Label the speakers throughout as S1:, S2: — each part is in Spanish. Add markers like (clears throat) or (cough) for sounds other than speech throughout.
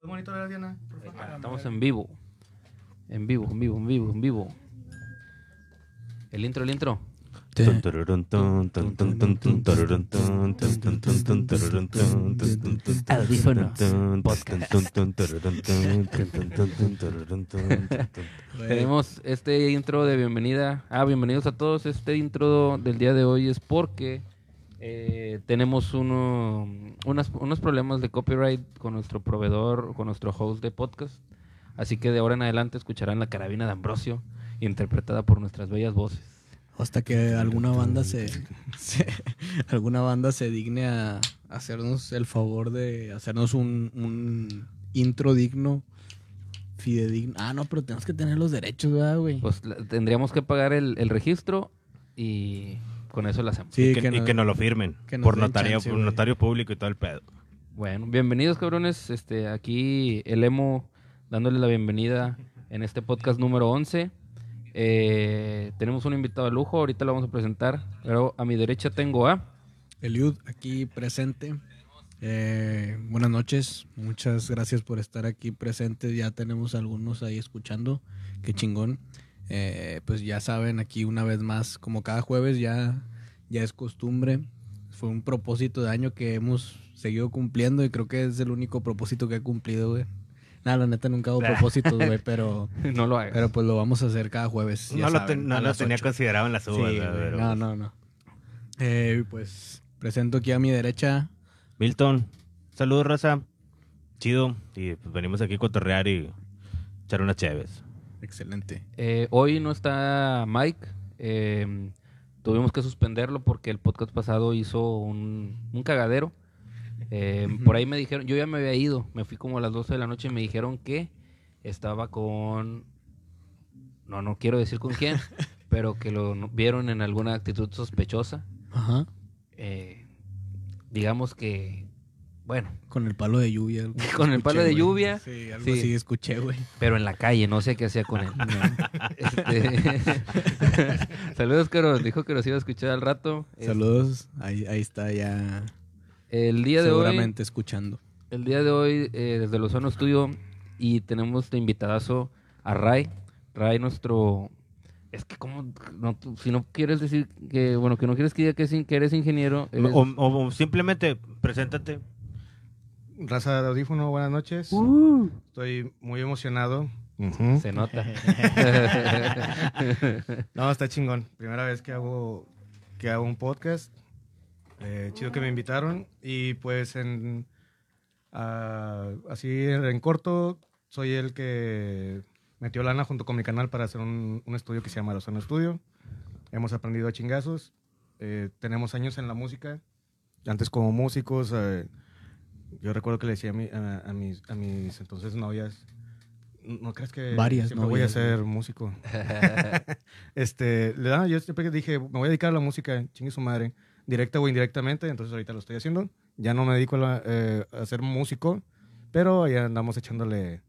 S1: ¿Puedes monitorear a Diana, por
S2: Ahí
S1: favor?
S3: Ah,
S2: está, Ah, Estamos en vivo. En vivo, en vivo, en vivo, en vivo. El intro, el intro.
S4: Audífonos. (laughs)
S2: Tenemos este intro de bienvenida. Ah, bienvenidos a todos. Este intro del día de hoy es porque eh, tenemos uno, unas- unos problemas de copyright con nuestro proveedor, con nuestro host de podcast. Así que de ahora en adelante escucharán la carabina de Ambrosio, interpretada por nuestras bellas voces.
S4: Hasta que alguna banda se, se- alguna banda se digne a hacernos el favor de hacernos un, un intro digno, fidedigno. Ah, no, pero tenemos que tener los derechos, ¿verdad, güey?
S2: Pues la- tendríamos que pagar el, el registro y con eso lo hacemos.
S4: sí,
S3: y, que, y
S4: no-
S3: que nos lo firmen
S4: que nos
S3: por
S4: den
S3: notario,
S4: chance,
S3: por
S4: güey.
S3: notario público y todo el pedo.
S2: Bueno, bienvenidos cabrones. Este, aquí el emo dándole la bienvenida en este podcast número 11. Eh, tenemos un invitado de lujo, ahorita lo vamos a presentar. Pero a mi derecha tengo a... (laughs)
S4: Eliud, aquí presente. Eh, buenas noches, muchas gracias por estar aquí presente. Ya tenemos algunos ahí escuchando, qué chingón. Eh, pues ya saben, aquí una vez más, como cada jueves, ya, ya es costumbre. Fue un propósito de año que hemos seguido cumpliendo y creo que es el único propósito que he cumplido, güey. Nada, la neta nunca hago propósitos,
S3: (laughs)
S4: güey, pero,
S2: No lo hagas.
S4: pero pues lo vamos a hacer cada jueves. ya
S3: No lo,
S4: saben,
S3: ten- no
S4: a
S3: lo
S4: las
S3: tenía
S4: ocho.
S3: considerado en las
S4: Sí,
S3: uvas.
S4: güey,
S3: la
S4: no,
S3: verdad.
S4: no, no. Eh, pues presento aquí a mi derecha.
S3: Milton, saludos, raza. Chido. Y pues, venimos aquí a cotorrear y echar unas chéves.
S4: Excelente.
S2: Eh, hoy no está Mike. eh, tuvimos que suspenderlo porque el podcast pasado hizo un, un cagadero. Eh, por ahí me dijeron, yo ya me había ido, me fui como a las 12 de la noche y me dijeron que estaba con... No, no quiero decir con quién, pero que lo no- vieron en alguna actitud sospechosa.
S4: Ajá.
S2: Eh, digamos que, bueno,
S4: Con el palo de lluvia. algo
S2: Con el palo de
S4: güey.
S2: lluvia.
S4: Sí, algo
S2: Sí.
S4: así escuché, güey.
S2: pero en la calle, no sé qué hacía con él. Este- (laughs) Saludos, Queros. Dijo que los iba a escuchar al rato.
S4: Saludos. Ahí, ahí está ya
S2: El día de hoy,
S4: seguramente escuchando.
S2: el día de hoy eh, desde los Ozono Studio y tenemos de invitadazo a Ray. Ray, nuestro... Es que como... no, tú- si no quieres decir que... Bueno, que no quieres que diga que, sin- que eres ingeniero... eres-
S3: O, o- o simplemente, preséntate.
S1: Raza de audífono, buenas noches.
S2: Uh,
S1: Estoy muy emocionado.
S2: Se
S4: (laughs)
S2: nota.
S1: (laughs) No, está chingón. Primera vez que hago, que hago un podcast. Eh, chido que me invitaron. Y pues en ah, así en corto, soy el que metió lana junto con mi canal para hacer un, un estudio que se llama Lozano Estudio. Hemos aprendido a chingazos. Eh, tenemos años en la música. Antes como músicos. eh, yo recuerdo que le decía a, mi- a- a mis, a mis entonces novias, ¿no crees que
S4: Varias
S1: siempre voy a
S4: novias,
S1: ser músico? Este, le da- yo siempre dije, me voy a dedicar a la música, chingue su madre, directa o indirectamente, entonces ahorita lo estoy haciendo. Ya no me dedico a, la- eh, a ser músico, pero ya andamos echándole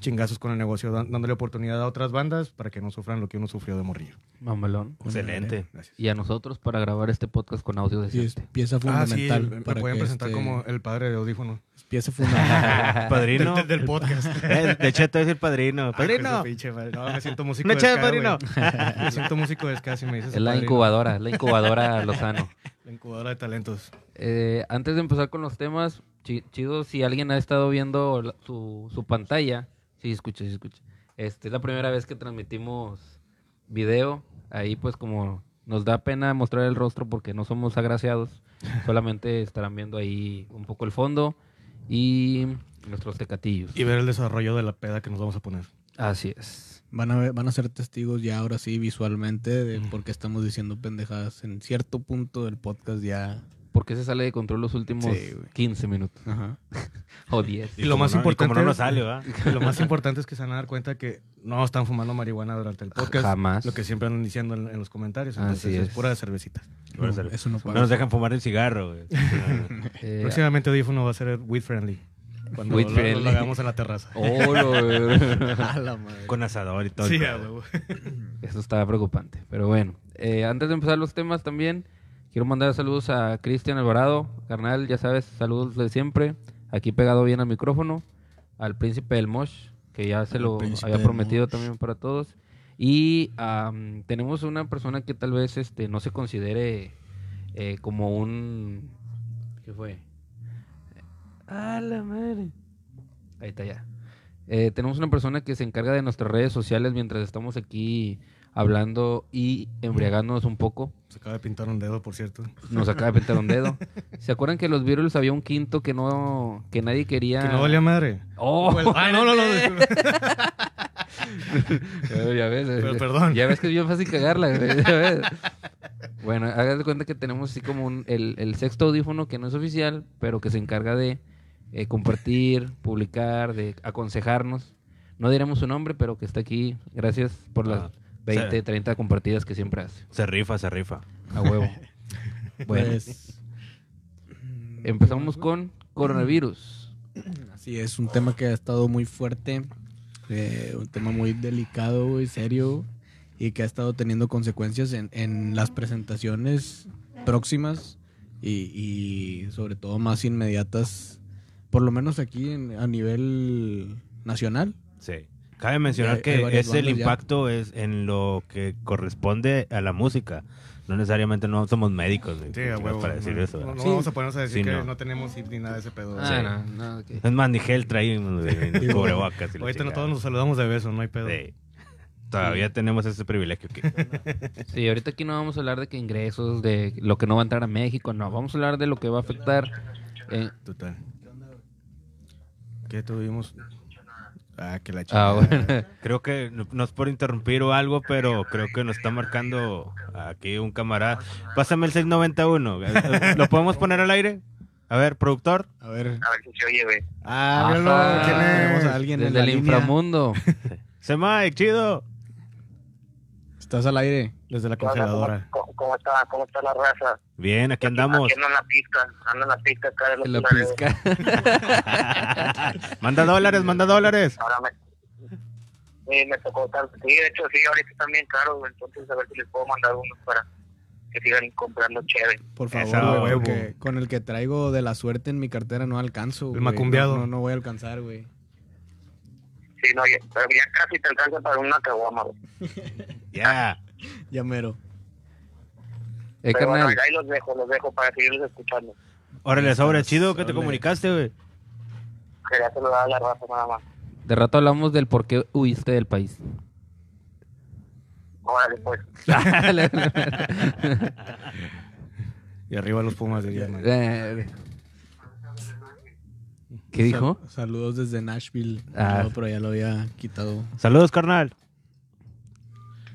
S1: chingazos con el negocio, dan- dándole oportunidad a otras bandas para que no sufran lo que uno sufrió de morir.
S2: Mamalón.
S4: (laughs)
S3: Excelente.
S1: Gracias.
S2: Y a nosotros para grabar este podcast con audio
S4: Sí, es
S2: decente.
S4: pieza
S1: Ah, sí,
S4: fundamental.
S1: me
S4: para
S1: pueden
S4: que
S1: presentar
S4: este-
S1: como el padre de audífono.
S4: es pieza fundamental.
S1: (laughs)
S3: Padrino.
S1: Del, del podcast.
S3: (laughs) Eh, de hecho, te voy a decir padrino. pues,
S1: Ay, hijo de
S3: Padrino.
S1: su pinche madre. No, me siento músico
S3: Una
S1: de
S3: cheve,
S1: ska, güey.
S3: padrino.
S1: Me siento músico de ska si me
S2: (laughs)
S1: dices
S2: Es la
S1: padrino.
S2: incubadora, es la
S4: (laughs)
S2: incubadora Lozano.
S1: La incubadora de talentos.
S2: Eh, antes de empezar con los temas, chi- chido, si alguien ha estado viendo la- su, su pantalla, sí, escucha, sí, escucha. Este, es la primera vez que transmitimos video. Ahí, pues, como nos da pena mostrar el rostro porque no somos
S4: (laughs)
S2: agraciados, solamente estarán viendo ahí un poco el fondo y nuestros tecatillos.
S1: Y ver el desarrollo de la peda que nos vamos a poner.
S2: Así es.
S4: Van a, ver- van a ser testigos ya ahora sí visualmente de por qué estamos diciendo pendejadas. En cierto punto del podcast ya...
S2: Porque se sale de control los últimos
S4: Sí, güey.
S2: 15 minutos
S4: Ajá.
S2: o
S4: (laughs)
S2: 10.
S1: Y lo
S3: como
S1: más
S3: no-
S1: importante
S3: como no nos
S1: es-
S3: sale, ¿verdad?
S1: Y (laughs) lo más importante es que se van a dar cuenta que no están fumando marihuana durante el podcast.
S2: Jamás.
S1: Lo que siempre andan diciendo en, en los comentarios. Entonces
S2: Así
S1: es.
S2: es.
S1: pura cervecita.
S3: Bueno,
S4: No, eso no
S1: Pues,
S3: No
S4: pasa.
S3: nos dejan fumar el cigarro. güey.
S1: (laughs)
S2: Eh,
S1: Próximamente audífono va a ser weed friendly. Cuando
S2: Weed
S1: lo, lo-
S2: friendly.
S1: lo hagamos en la terraza.
S2: oh,
S4: (laughs)
S2: lo-
S4: A la madre.
S3: Con asador y todo. el
S1: Sí,
S3: pedo.
S1: a huevo.
S2: Eso está preocupante. Pero bueno, Eh, antes de empezar los temas también, quiero mandar saludos a Cristian Alvarado, carnal, ya sabes, saludos de siempre, aquí pegado bien al micrófono. al príncipe del Mosh, que ya se
S4: Al
S2: lo
S4: príncipe
S2: había
S4: del
S2: prometido
S4: Mosh.
S2: también para todos. Y am, tenemos una persona que tal vez este no se considere eh, como un... ¿Qué fue? ¡Ah, la madre! Ahí está ya. Eh, tenemos una persona que se encarga de nuestras redes sociales mientras estamos aquí hablando y embriagándonos un poco.
S1: (laughs) Se acaba de pintar un dedo, por cierto.
S2: Nos acaba de pintar un dedo. ¿Se acuerdan que los Beatles había un quinto que no que nadie quería?
S1: Que no valía madre.
S2: Oh,
S1: Pues- ah, no, no, no. disculpa.
S2: Eh, (laughs) ya ves. eh,
S1: Pero perdón.
S2: Ya ves que es bien fácil cagarla. güey, ya ves. Bueno, hagan de cuenta que tenemos así como un- el, el sexto audífono que no es oficial, pero que se encarga de eh, compartir, publicar, de aconsejarnos. No diremos su nombre, pero que está aquí. Gracias por las
S3: Ah,
S2: 20,
S3: sí.
S2: 30 compartidas que siempre hace.
S3: Se rifa, se rifa.
S2: A
S1: (laughs)
S2: huevo. Bueno,
S4: Pues,
S2: empezamos con coronavirus.
S4: Mm, así es, un tema que ha estado muy fuerte, eh, un tema muy delicado y serio y que ha estado teniendo consecuencias en, en las presentaciones próximas y, y sobre todo más inmediatas, por lo menos aquí en- a nivel nacional.
S3: Sí. Cabe
S4: Ya
S3: mencionar
S4: hay- hay
S3: que
S4: varias
S3: es el
S4: bandas ya.
S3: impacto es en lo que corresponde a la música. No necesariamente no somos médicos güey,
S1: Sí, a huevo,
S3: para decir
S1: no,
S3: eso.
S1: No,
S3: ¿verdad?
S1: no
S4: Sí.
S1: vamos a ponernos a decir
S3: Sí,
S1: que
S3: no.
S1: no. tenemos hip ni nada de ese pedo.
S2: Ah, no, no, ok.
S3: Es más, ni gel traímos
S1: (laughs)
S3: güey, ni cubrebocas. y la
S1: Ahorita no
S3: chingada.
S1: todos nos saludamos de beso, no hay pedo.
S3: Sí. Todavía tenemos ese privilegio. Que...
S2: Sí, ahorita aquí no vamos a hablar de que ingresos, de lo que no va a entrar a México, no, vamos a hablar de lo que va a afectar. eh,
S1: Total. ¿Qué tuvimos? Ah, que la chica.
S2: ah, (laughs) bueno.
S3: Creo que no no es por interrumpir o algo, pero creo que nos está marcando aquí un camarada. Pásame el 691. ¿Lo podemos poner al aire? A ver, productor.
S4: A ver,
S5: A ver si se oye, güey.
S1: Ah, míralo,
S2: Ajá.
S1: ¿quién es?
S4: tenemos a alguien en
S2: Desde
S4: la
S2: el
S4: línea.
S2: inframundo.
S3: Semai, chido.
S4: Estás al aire.
S1: Desde la
S5: ¿Qué onda? ¿Cómo-
S1: congeladora.
S5: ¿Cómo, cómo está? ¿Cómo está la raza?
S3: Bien, aquí
S1: (laughs)
S3: andamos.
S5: Aquí ando en la pista, ando en la pista acá de los
S2: en la Eh,
S5: lugares.
S2: pizca.
S3: (laughs) manda dólares, manda dólares.
S5: Ahora me, sí, me tocó estar. Sí, de hecho, sí, ahorita están bien caros, güey. Entonces, a ver si les puedo mandar unos para que sigan comprando chévere.
S4: Por
S3: Esa
S4: favor, güey,
S1: huevo.
S4: porque con el que traigo de la suerte en mi cartera no alcanzo. güey.
S1: macumbeado.
S4: No, no, no voy a alcanzar, güey.
S5: Sí, no, ya, pero ya casi te alcanza para una caguama, güey.
S3: Ya.
S4: Ya mero.
S2: Eh,
S5: Pero bueno,
S2: carnal,
S5: ahí los dejo, los dejo para seguirlos escuchando.
S3: Órale, sobre chido que te
S4: Órale.
S3: comunicaste, güey.
S5: Quería saludar a la raza nada más.
S2: de rato hablamos del por qué huiste del (laughs) país.
S5: Órale, pues.
S1: Y arriba los pumas de Guillermo.
S2: Eh, ¿Qué dijo?
S4: Sal- saludos desde Nashville.
S2: Ah.
S4: No, pero ya lo había quitado.
S3: Saludos, carnal.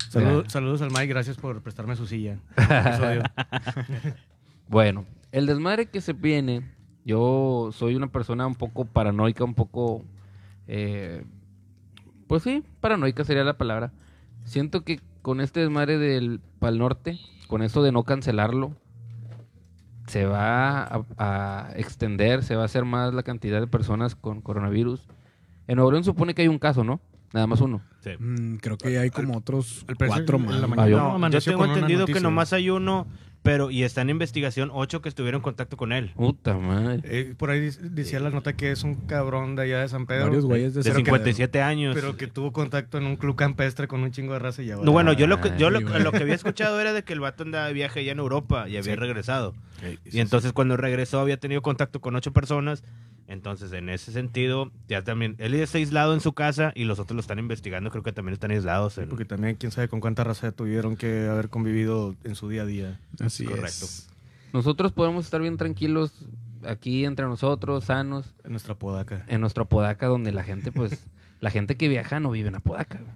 S1: Saludos,
S2: Ya.
S1: saludos al Mike, gracias por prestarme su silla. este Episodio.
S2: Bueno, el desmadre que se viene, yo soy una persona un poco paranoica, un poco... eh, pues sí, paranoica sería la palabra. Siento que con este desmadre del Pal Norte, con eso de no cancelarlo, se va a, a extender, se va a hacer más la cantidad de personas con coronavirus. En Nuevo León supone que hay un caso, ¿no? Nnada más uno.
S3: Sí.
S4: Mm, creo que hay como otros
S1: al parecer,
S4: cuatro
S1: en la
S4: más.
S1: mañana
S2: Yo-
S3: No, yo
S1: amaneció
S3: tengo
S1: con una
S3: entendido que
S1: noticia.
S3: nomás hay uno, pero y está en investigación ocho que estuvieron en contacto con él.
S2: Puta madre.
S1: Eh, por ahí dice- decía la nota que es un cabrón de allá de San Pedro.
S4: Varios güeyes de
S3: De
S1: Pero
S4: cerca.
S1: que-
S3: 57 años.
S1: Pero que tuvo contacto en un club campestre con un chingo de raza y ya va.
S3: No, bueno, yo lo que yo lo,
S4: Ay, güey.
S3: lo que había escuchado era de que el vato andaba de viaje allá en Europa y había
S1: Sí.
S3: regresado.
S1: Sí, sí,
S3: Y entonces cuando regresó había tenido contacto con ocho personas. Entonces, en ese sentido, ya también, él está aislado en su casa y los otros lo están investigando, creo que también están aislados.
S1: sí,
S3: en-
S1: Porque también quién sabe con cuánta raza tuvieron que haber convivido en su día a día.
S4: Así
S3: Correcto.
S4: es.
S2: Nosotros podemos estar bien tranquilos aquí entre nosotros, sanos.
S1: En nuestra podaca.
S2: en nuestro Apodaca, donde la gente, pues, la gente que viaja no vive en Apodaca, güey,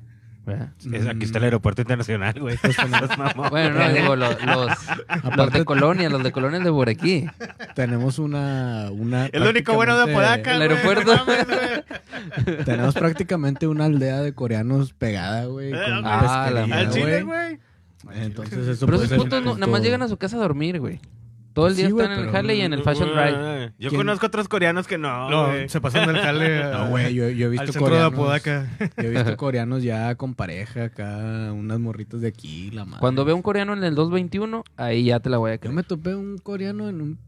S2: ¿verdad?
S3: Es- aquí
S1: mm.
S3: está el aeropuerto internacional, güey. (laughs) Estás mamón.
S2: Bueno, no, digo, lo- los, los de Colonia, los de Colonia de por aquí.
S4: Tenemos una.
S2: (laughs)
S4: una
S3: El único bueno de Apodaca.
S2: El
S3: güey,
S2: aeropuerto.
S3: no mames, güey.
S4: prácticamente- (laughs) Tenemos prácticamente una aldea de coreanos pegada, güey. con
S2: Ah, la
S4: pesquería,
S3: Al
S2: madre.
S3: Chile, güey.
S4: Entonces, eso
S2: Pero
S4: puede
S2: esos
S4: ser un
S2: putos no- nada más
S4: punto-
S2: llegan a su casa a dormir, güey. Todo el
S4: Sí,
S2: día
S4: güey,
S2: están en el
S4: pero-
S2: jale y en el Fashion Drive.
S3: Yo
S4: ¿Quién?
S3: conozco otros coreanos que no.
S1: No,
S3: güey.
S1: se pasaron del jale (laughs) a-
S4: No, güey, yo, yo he visto
S1: al centro de
S4: coreanos.
S1: Apodaca.
S4: Yo he visto coreanos ya con pareja acá, unas morritas de aquí, la madre.
S2: Cuando veo un coreano en el 221, ahí ya te la voy a
S4: Yo
S2: creer.
S4: me topé un coreano en un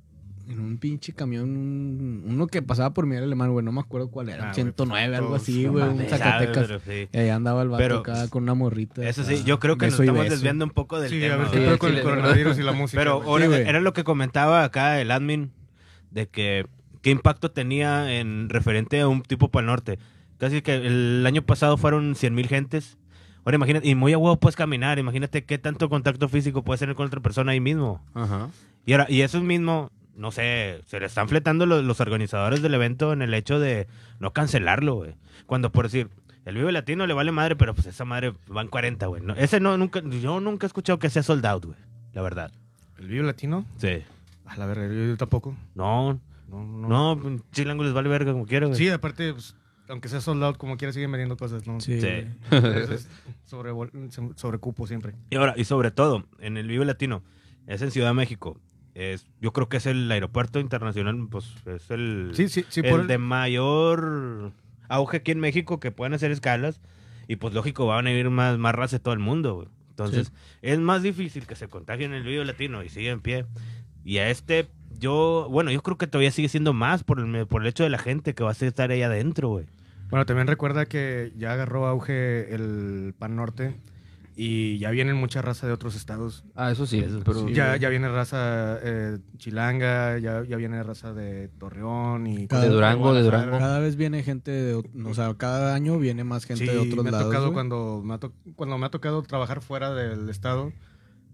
S4: en un pinche camión, un- uno que pasaba por mi alemán, güey, no me acuerdo cuál era,
S3: Ah,
S4: un
S3: güey,
S4: 109,
S1: pues,
S4: algo
S1: todos,
S4: así,
S1: no
S4: güey, un
S1: mames.
S4: Zacatecas.
S3: Sabe, pero sí.
S4: Y ahí andaba el vato
S3: Pero-
S4: acá con una morrita.
S3: Eso sí,
S4: acá,
S3: yo creo que nos
S4: beso y
S3: estamos
S4: beso.
S3: desviando un poco del
S1: Sí, a
S3: tema.
S1: ver
S3: güey.
S1: qué pedo
S2: Sí, sí,
S1: con el
S2: la verdad.
S1: coronavirus y la música.
S3: Pero
S1: güey.
S3: ahora,
S4: Sí, güey.
S3: era lo que comentaba acá el admin de que qué impacto tenía en referente a un tipo para el norte. Casi que el año pasado fueron 100 mil gentes. Ahora imagínate, y muy a huevo puedes caminar, imagínate qué tanto contacto físico puedes tener con otra persona ahí mismo.
S2: Ajá.
S3: Y, ahora, y eso mismo, no sé, se le están fletando los, los organizadores del evento en el hecho de no cancelarlo, güey. Cuando por decir, el Vive Latino le vale madre, pero pues esa madre van 40, güey. No, ese no, nunca, yo nunca he escuchado que sea sold out, güey. La verdad.
S1: ¿El vivo latino?
S3: Sí.
S1: A la verga, yo, yo tampoco.
S3: No,
S1: No, no.
S3: no, Chilango les vale verga como quiera, güey.
S1: Sí, aparte, pues, aunque sea sold out, como quiera, siguen vendiendo cosas, ¿no?
S4: Sí,
S3: Sí.
S4: güey.
S1: Eso es sobre, sobre cupo siempre.
S3: Y ahora, y sobre todo, en el Vive Latino, es en Ciudad de México. Es, yo creo que es el aeropuerto internacional, pues es el,
S1: Sí, sí, sí,
S3: el
S1: por el-
S3: de mayor auge aquí en México que pueden hacer escalas. Y pues lógico, van a ir más, más raza de todo el mundo. güey. Entonces,
S4: Sí.
S3: es más difícil que se contagien en el Vive Latino y sigue en pie. Y a este, yo, bueno, yo creo que todavía sigue siendo más por el, por el hecho de la gente que va a estar ahí adentro, güey.
S1: Bueno, también recuerda que ya agarró auge el Pan Norte y ya vienen mucha raza de otros estados.
S2: Ah, eso sí. pero...
S1: ya, ya viene raza eh, chilanga, ya, ya viene raza de Torreón y
S4: Cada- De
S2: Durango, de Durango.
S1: Guadalajara.
S4: Cada vez viene gente de, ot- o sea, cada año viene más gente
S1: Sí,
S4: de otros
S1: me ha
S4: lados.
S1: tocado
S4: güey.
S1: cuando me ha, to- cuando me ha tocado trabajar fuera del estado,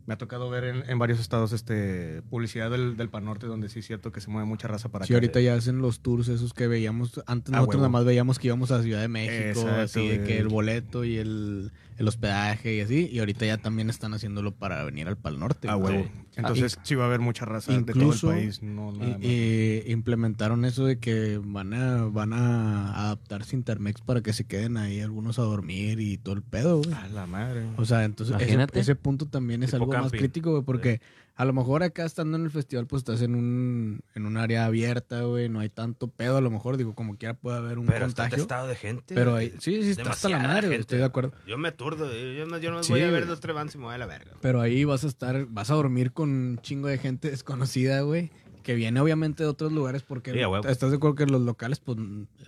S1: me ha tocado ver en, en varios estados este publicidad del, del Panorte, donde sí es cierto que se mueve mucha raza para
S4: Sí,
S1: acá.
S4: ahorita ya hacen los tours esos que veíamos. Antes
S1: Ah,
S4: nosotros
S1: huevo.
S4: nada más veíamos que íbamos a Ciudad de México,
S1: Exacto,
S4: así de
S1: güey.
S4: que el boleto y el, el hospedaje y así. Y ahorita ya también están haciéndolo para venir al Pal Norte.
S1: Ah,
S4: güey.
S1: huevo. Entonces sí va a haber mucha raza
S4: incluso-
S1: de todo el país. No, nada más.
S4: Y, y implementaron eso de que van a, van a adaptarse Intermex para que se queden ahí algunos a dormir y todo el pedo, güey.
S1: A la madre.
S4: O sea, entonces ese-
S2: Imagínate.
S4: Ese, punto también es
S3: Tipo
S4: algo más
S3: camping.
S4: crítico, güey, porque a lo mejor acá estando en el festival, pues estás en un, en un área abierta, güey, no hay tanto pedo, a lo mejor, digo, como quiera puede haber un
S3: Pero está
S4: contagio.
S3: estado de gente.
S4: Pero
S3: güey.
S4: ahí, sí, sí, está hasta la
S3: Demasiada
S4: madre, güey,
S3: gente.
S4: estoy de acuerdo.
S3: Yo me aturdo, yo no, yo no
S4: Sí,
S3: voy a
S4: güey.
S3: ver dos, tres bands y me voy a la verga. güey.
S4: Pero ahí vas a estar, vas a dormir con un chingo de gente desconocida, güey, que viene obviamente de otros lugares porque
S3: Sí, a huevo.
S4: estás de acuerdo que los locales, pues...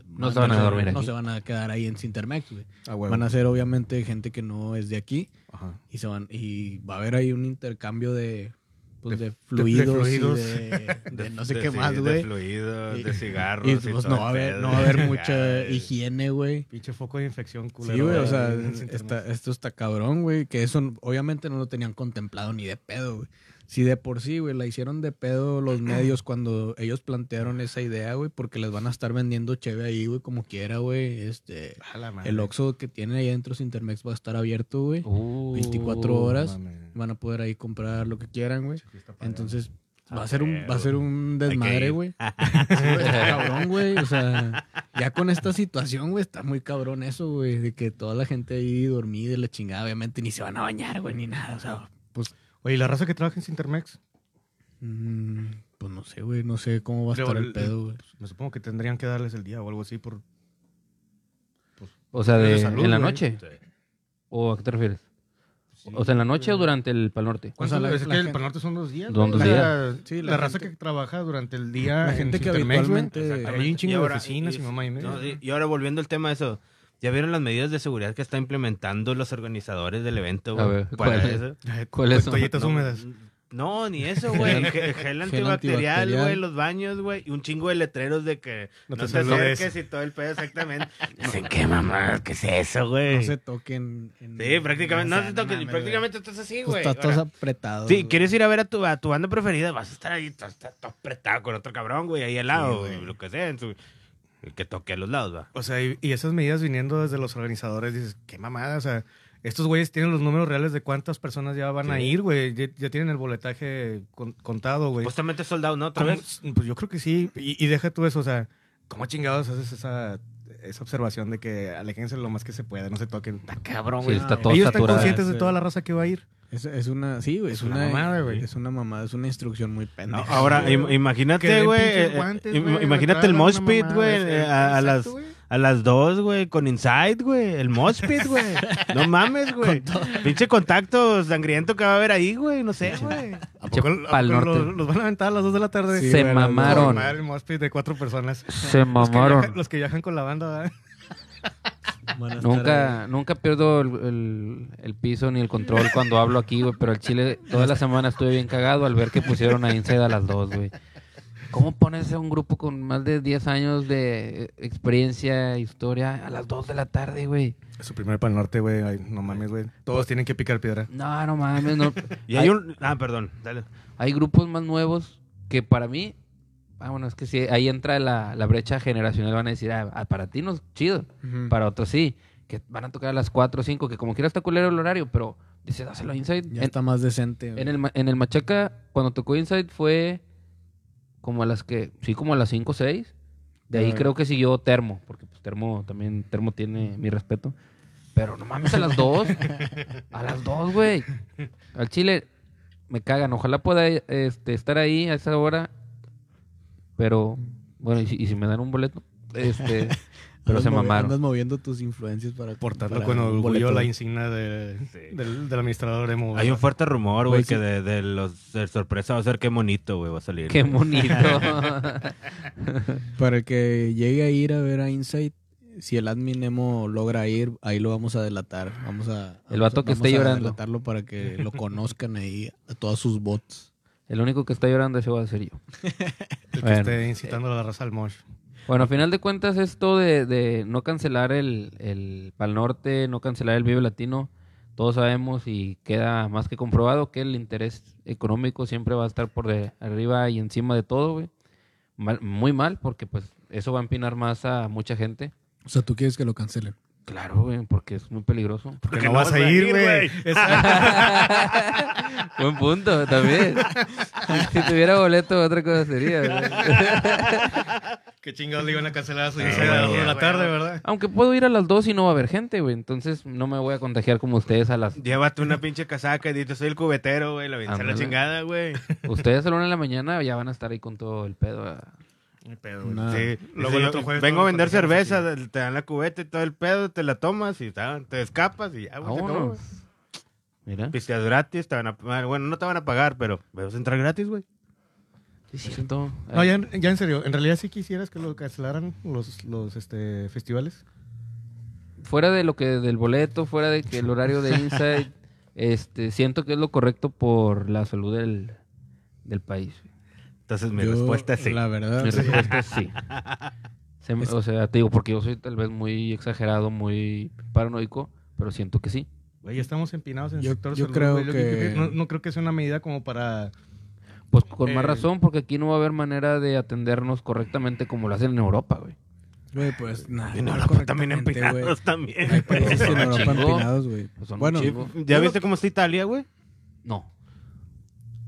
S4: No
S2: se van a dormir
S4: No
S2: aquí.
S4: se van a quedar ahí en Cintermex, güey.
S1: A huevo.
S4: Van a ser obviamente gente que no es de aquí.
S1: Ajá.
S4: y se van y va a haber ahí un intercambio de pues de,
S1: de
S4: fluidos, y
S1: fluidos.
S4: de, de no sé
S3: (laughs) De-
S4: qué
S3: sí,
S4: más
S3: de
S4: güey
S3: fluidos,
S4: Y-
S3: de cigarros.
S4: y
S3: y
S4: pues
S3: todo
S4: no va a
S3: el
S4: haber
S3: pedo,
S4: no va a haber
S3: güey.
S4: mucha
S3: (laughs) Ay,
S4: higiene güey
S1: (laughs) Pinche foco de infección, culero.
S4: sí güey o
S1: güey,
S4: sea
S1: en Internet.
S4: está- esto está cabrón güey que eso n- obviamente no lo tenían contemplado ni de pedo güey si de por sí güey la hicieron de pedo
S1: (clears throat)
S4: los medios cuando ellos plantearon esa idea güey porque les van a estar vendiendo cheve ahí güey como quiera güey este
S1: A la madre.
S4: el Oxxo que tiene ahí adentro Intermex va a estar abierto güey
S2: Uh,
S4: 24 horas
S1: No mames.
S4: van a poder ahí comprar lo que quieran güey
S1: Sí, está padre.
S4: Entonces,
S3: Ah,
S4: va a ser un,
S3: pero-
S4: va a ser un
S3: hay que
S4: desmadre,
S3: ir. (laughs)
S4: güey. Sí, güey, está cabrón, güey. O sea, ya con esta situación, güey, está muy cabrón eso, güey. De que toda la gente ahí dormida y la chingada, obviamente, ni se van a bañar, güey, ni nada. O sea, pues,
S1: Oye, ¿y la raza que trabaja en Cintermex?
S4: mm, pues no sé, güey. No sé cómo va a
S1: Pero
S4: estar el
S1: el-
S4: pedo, güey.
S1: Pues, Me supongo que tendrían que darles el día o algo así por...
S2: Uh, O sea, de,
S1: De salud,
S2: en la
S1: güey.
S2: noche.
S3: Sí.
S2: ¿O a qué te refieres? O sea, en la noche o durante el Pal Norte.
S4: O sea,
S1: ¿Cuántos-
S4: la-
S1: es
S4: la
S1: que el
S4: gente-
S1: Panorte son dos días.
S2: Son
S1: güey.
S2: dos
S1: O sea,
S2: días.
S4: Sí,
S1: la,
S4: la
S1: raza
S4: gente-
S1: que trabaja durante el día
S4: La
S1: ah, en
S4: gente que
S1: Cintermex, güey.
S4: habitualmente-
S1: Exactamente. Hay un chingo
S3: Y
S1: de
S3: ahora-
S1: oficinas
S3: y-
S1: y mamá y media.
S3: no, y- y ahora volviendo al tema de eso, ¿ya vieron las medidas de seguridad que están implementando los organizadores del evento?
S2: A
S3: güey,
S2: ver,
S3: para
S2: ¿cuál es?
S3: eso?
S2: ¿Cuáles son?
S1: Toallitas
S3: No,
S1: húmedas.
S3: No, ni eso,
S4: (laughs)
S3: güey.
S4: Gel-
S3: Ge-
S4: antibacterial.
S3: Gel antibacterial, güey, los baños, güey. Y un chingo de letreros de que
S1: No
S3: no,
S1: te
S3: te,
S1: saludes.
S3: acerques y todo el pedo
S4: (laughs)
S3: exactamente. Dicen, ¿qué mamá? ¿Qué es eso, güey?
S4: No se toquen. en-
S3: Sí, prácticamente,
S4: o
S3: no
S4: sea,
S3: te toques,
S4: mames,
S3: prácticamente estás
S4: güey.
S3: así, güey.
S4: Pues, está
S3: Ahora,
S4: todos apretados.
S3: Sí,
S4: güey.
S3: quieres ir a ver a tu, a tu banda preferida, vas a estar ahí, todo, está todo apretado con otro cabrón, güey, ahí al lado, güey, lo que sea, en su- el que toque a los lados, va.
S1: O sea, y, y esas medidas viniendo desde los organizadores, dices, qué mamada, o sea, estos güeyes tienen los números reales de cuántas personas ya van a
S3: Sí.
S1: ir, güey. Ya, ya tienen el boletaje con- contado, güey.
S3: Supuestamente soldado, ¿no? Otra
S1: ¿Cómo-
S3: vez.
S1: Pues yo creo que sí. Y, y deja tú eso, o sea, ¿cómo chingados haces esa, esa observación de que aléjense lo más que se pueda, no se toquen? Está cabrón,
S2: Sí,
S1: güey.
S2: está
S4: no,
S2: todo
S1: Ellos están
S2: saturado.
S1: conscientes de
S4: Sí.
S1: toda la raza que va a ir.
S4: Es, es una. Sí, güey. Es,
S1: Es una
S4: una,
S1: mamada, güey.
S4: Es una mamada. Es una instrucción muy pendeja.
S3: Ahora, im-
S1: Que
S3: imagínate,
S1: den
S3: güey,
S1: pinches
S3: eh,
S1: guantes,
S3: im-
S1: güey,
S3: imagínate
S1: retrasan
S3: el
S1: una
S3: mosh pit,
S1: mamada,
S3: güey,
S1: sí.
S3: eh, a, a
S1: Exacto,
S3: las...
S1: güey.
S3: A las dos, güey, con Inside, güey. El mosh pit, güey.
S1: (laughs)
S3: No mames, güey. Pinche contacto sangriento que va a haber ahí, güey. No sé, güey.
S4: Ah,
S2: pinche
S1: poco- a
S2: pal
S1: poco
S2: norte.
S1: Los, los van a aventar a las 2 de la tarde.
S2: Sí, Se
S1: güey, a las dos.
S2: mamaron.
S1: Madre, un mosh pit de cuatro personas.
S2: Se
S1: Los que, viajan,
S2: mamaron.
S1: los que viajan con la banda, ¿verdad?
S6: Buenas tardes.
S2: Nunca, nunca pierdo el, el- el piso ni el control cuando hablo aquí, güey. Pero el chile, toda la semana estuve bien cagado al ver que pusieron a Inside a las dos, güey. ¿Cómo pones a un grupo con más de 10 años de eh, experiencia, historia, a las 2 de la tarde, güey?
S1: Su primer pal norte, güey. Ay, no mames, güey. Todos tienen que picar piedra.
S2: No, no mames, no.
S3: (laughs) Y hay un... Ah, perdón, dale.
S2: hay grupos más nuevos que para mí, ah, bueno, es que sí, ahí entra la, la brecha generacional, van a decir, ah, ah, para ti no es chido,
S4: Ujú.
S2: para otros sí, que van a tocar a las 4 o 5, que como quiera está culero el horario, pero dice, dáselo a Inside.
S4: Ya
S2: En,
S4: está más decente. güey.
S2: en el, ma- en el Machaca, cuando tocó Inside fue como a las que, sí, como a las 5 o 6, de ahí
S4: Ah.
S2: creo que siguió Termo, porque pues Termo también, Termo tiene mi respeto. Pero no mames, a las
S1: (laughs)
S2: dos. A las dos, güey. Al chile me cagan. Ojalá pueda este, estar ahí a esa hora. Pero, bueno, y si, y si me dan un boleto.
S1: (laughs)
S2: Este, pero
S4: Andas
S2: se
S4: movi-
S2: mamaron.
S4: Andas moviendo tus influencias para
S1: Portando
S4: para
S1: con
S4: un
S1: orgullo
S4: boleto.
S1: la insignia de- del, del administrador emo. güey.
S3: Hay un fuerte rumor, güey,
S4: Güey,
S3: que
S4: sí.
S3: de, de los de sorpresa va a ser qué monito, güey, va a salir.
S2: Qué bonito.
S1: (laughs)
S4: Para el que llegue a ir a ver a Insight, si el admin Emo logra ir, ahí lo vamos a delatar. Vamos a.
S2: El
S4: vamos
S2: vato
S4: a-
S2: que esté
S4: vamos a
S2: llorando.
S4: delatarlo para que lo conozcan ahí, a todos sus bots.
S2: El único que está llorando ese va a ser yo.
S1: (laughs) El que
S2: Bueno.
S1: esté incitando a la raza al mosh.
S2: Bueno, a final de cuentas, esto de, de no cancelar el, el Pal Norte, no cancelar el Vive Latino, todos sabemos y queda más que comprobado que el interés económico siempre va a estar por de arriba y encima de todo, güey. Mal- muy mal, porque pues eso va a empinar más a mucha gente.
S4: O sea, tú quieres que lo cancelen.
S2: Claro, güey, porque es muy peligroso.
S1: Porque, no, vas a ir, güey.
S2: (laughs) Buen punto, también. Si tuviera boleto, otra cosa sería. güey.
S1: Qué chingados le iban a cancelar a su
S3: Ah,
S1: insignia a las
S3: güey,
S1: dos de la
S3: güey.
S1: tarde, ¿verdad?
S2: Aunque puedo ir a las dos y no va a haber gente, güey. Entonces no me voy a contagiar como ustedes a las
S3: Llévate una pinche casaca y dite, soy el cubetero, güey, la vienes a la
S2: Ándale.
S3: chingada, güey.
S2: Ustedes a la una de la mañana ya van a estar ahí con todo el pedo. ¿verdad?
S1: Ni pedo, güey.
S4: No.
S3: Ah. Sí,
S1: Luego
S3: dice,
S1: el
S3: yo
S1: otro jueves
S3: vengo a
S1: todos
S3: vender
S1: los patrocinios
S3: cerveza, te dan la cubeta y todo el pedo, te la tomas y ta, te escapas y ya, güey, se acabó,
S2: Vámonos.
S3: güey.
S2: Mira.
S3: Pisteas gratis, te van a pagar. Bueno, no te van a pagar, pero vas a entrar gratis, güey.
S2: Es cierto.
S1: No, ya, en- ya en serio, en realidad sí quisieras que lo cancelaran los, los este, festivales.
S2: Fuera de lo que del boleto, fuera de que el horario de Inside, este, siento que es lo correcto por la salud del, del país.
S3: Entonces mi
S4: Yo,
S3: respuesta es sí.
S4: La verdad.
S2: Mi
S4: Ah, sí.
S2: respuesta es sí. Se me- o sea, te digo, porque yo soy tal vez muy exagerado, muy paranoico, pero siento que sí.
S1: Güey, ya estamos empinados en
S4: Yo-
S1: el sector
S4: yo
S1: salud,
S4: creo
S1: güey.
S4: que-
S1: no, no creo que sea una medida como para...
S2: Pues con más
S1: Eh.
S2: razón, porque aquí no va a haber manera de atendernos correctamente como lo hacen en Europa, güey.
S4: Güey, pues nada.
S3: En
S4: no,
S3: Europa (laughs) también
S4: correctamente, güey. Pues,
S3: empinados también.
S4: Hay países en
S2: Son un
S4: Europa
S2: chingo.
S4: empinados, güey.
S3: Pues
S2: Son un
S4: Bueno,
S3: Sí,
S2: chingo.
S1: pues,
S3: (laughs) ¿Ya viste cómo está Italia, güey?
S2: No.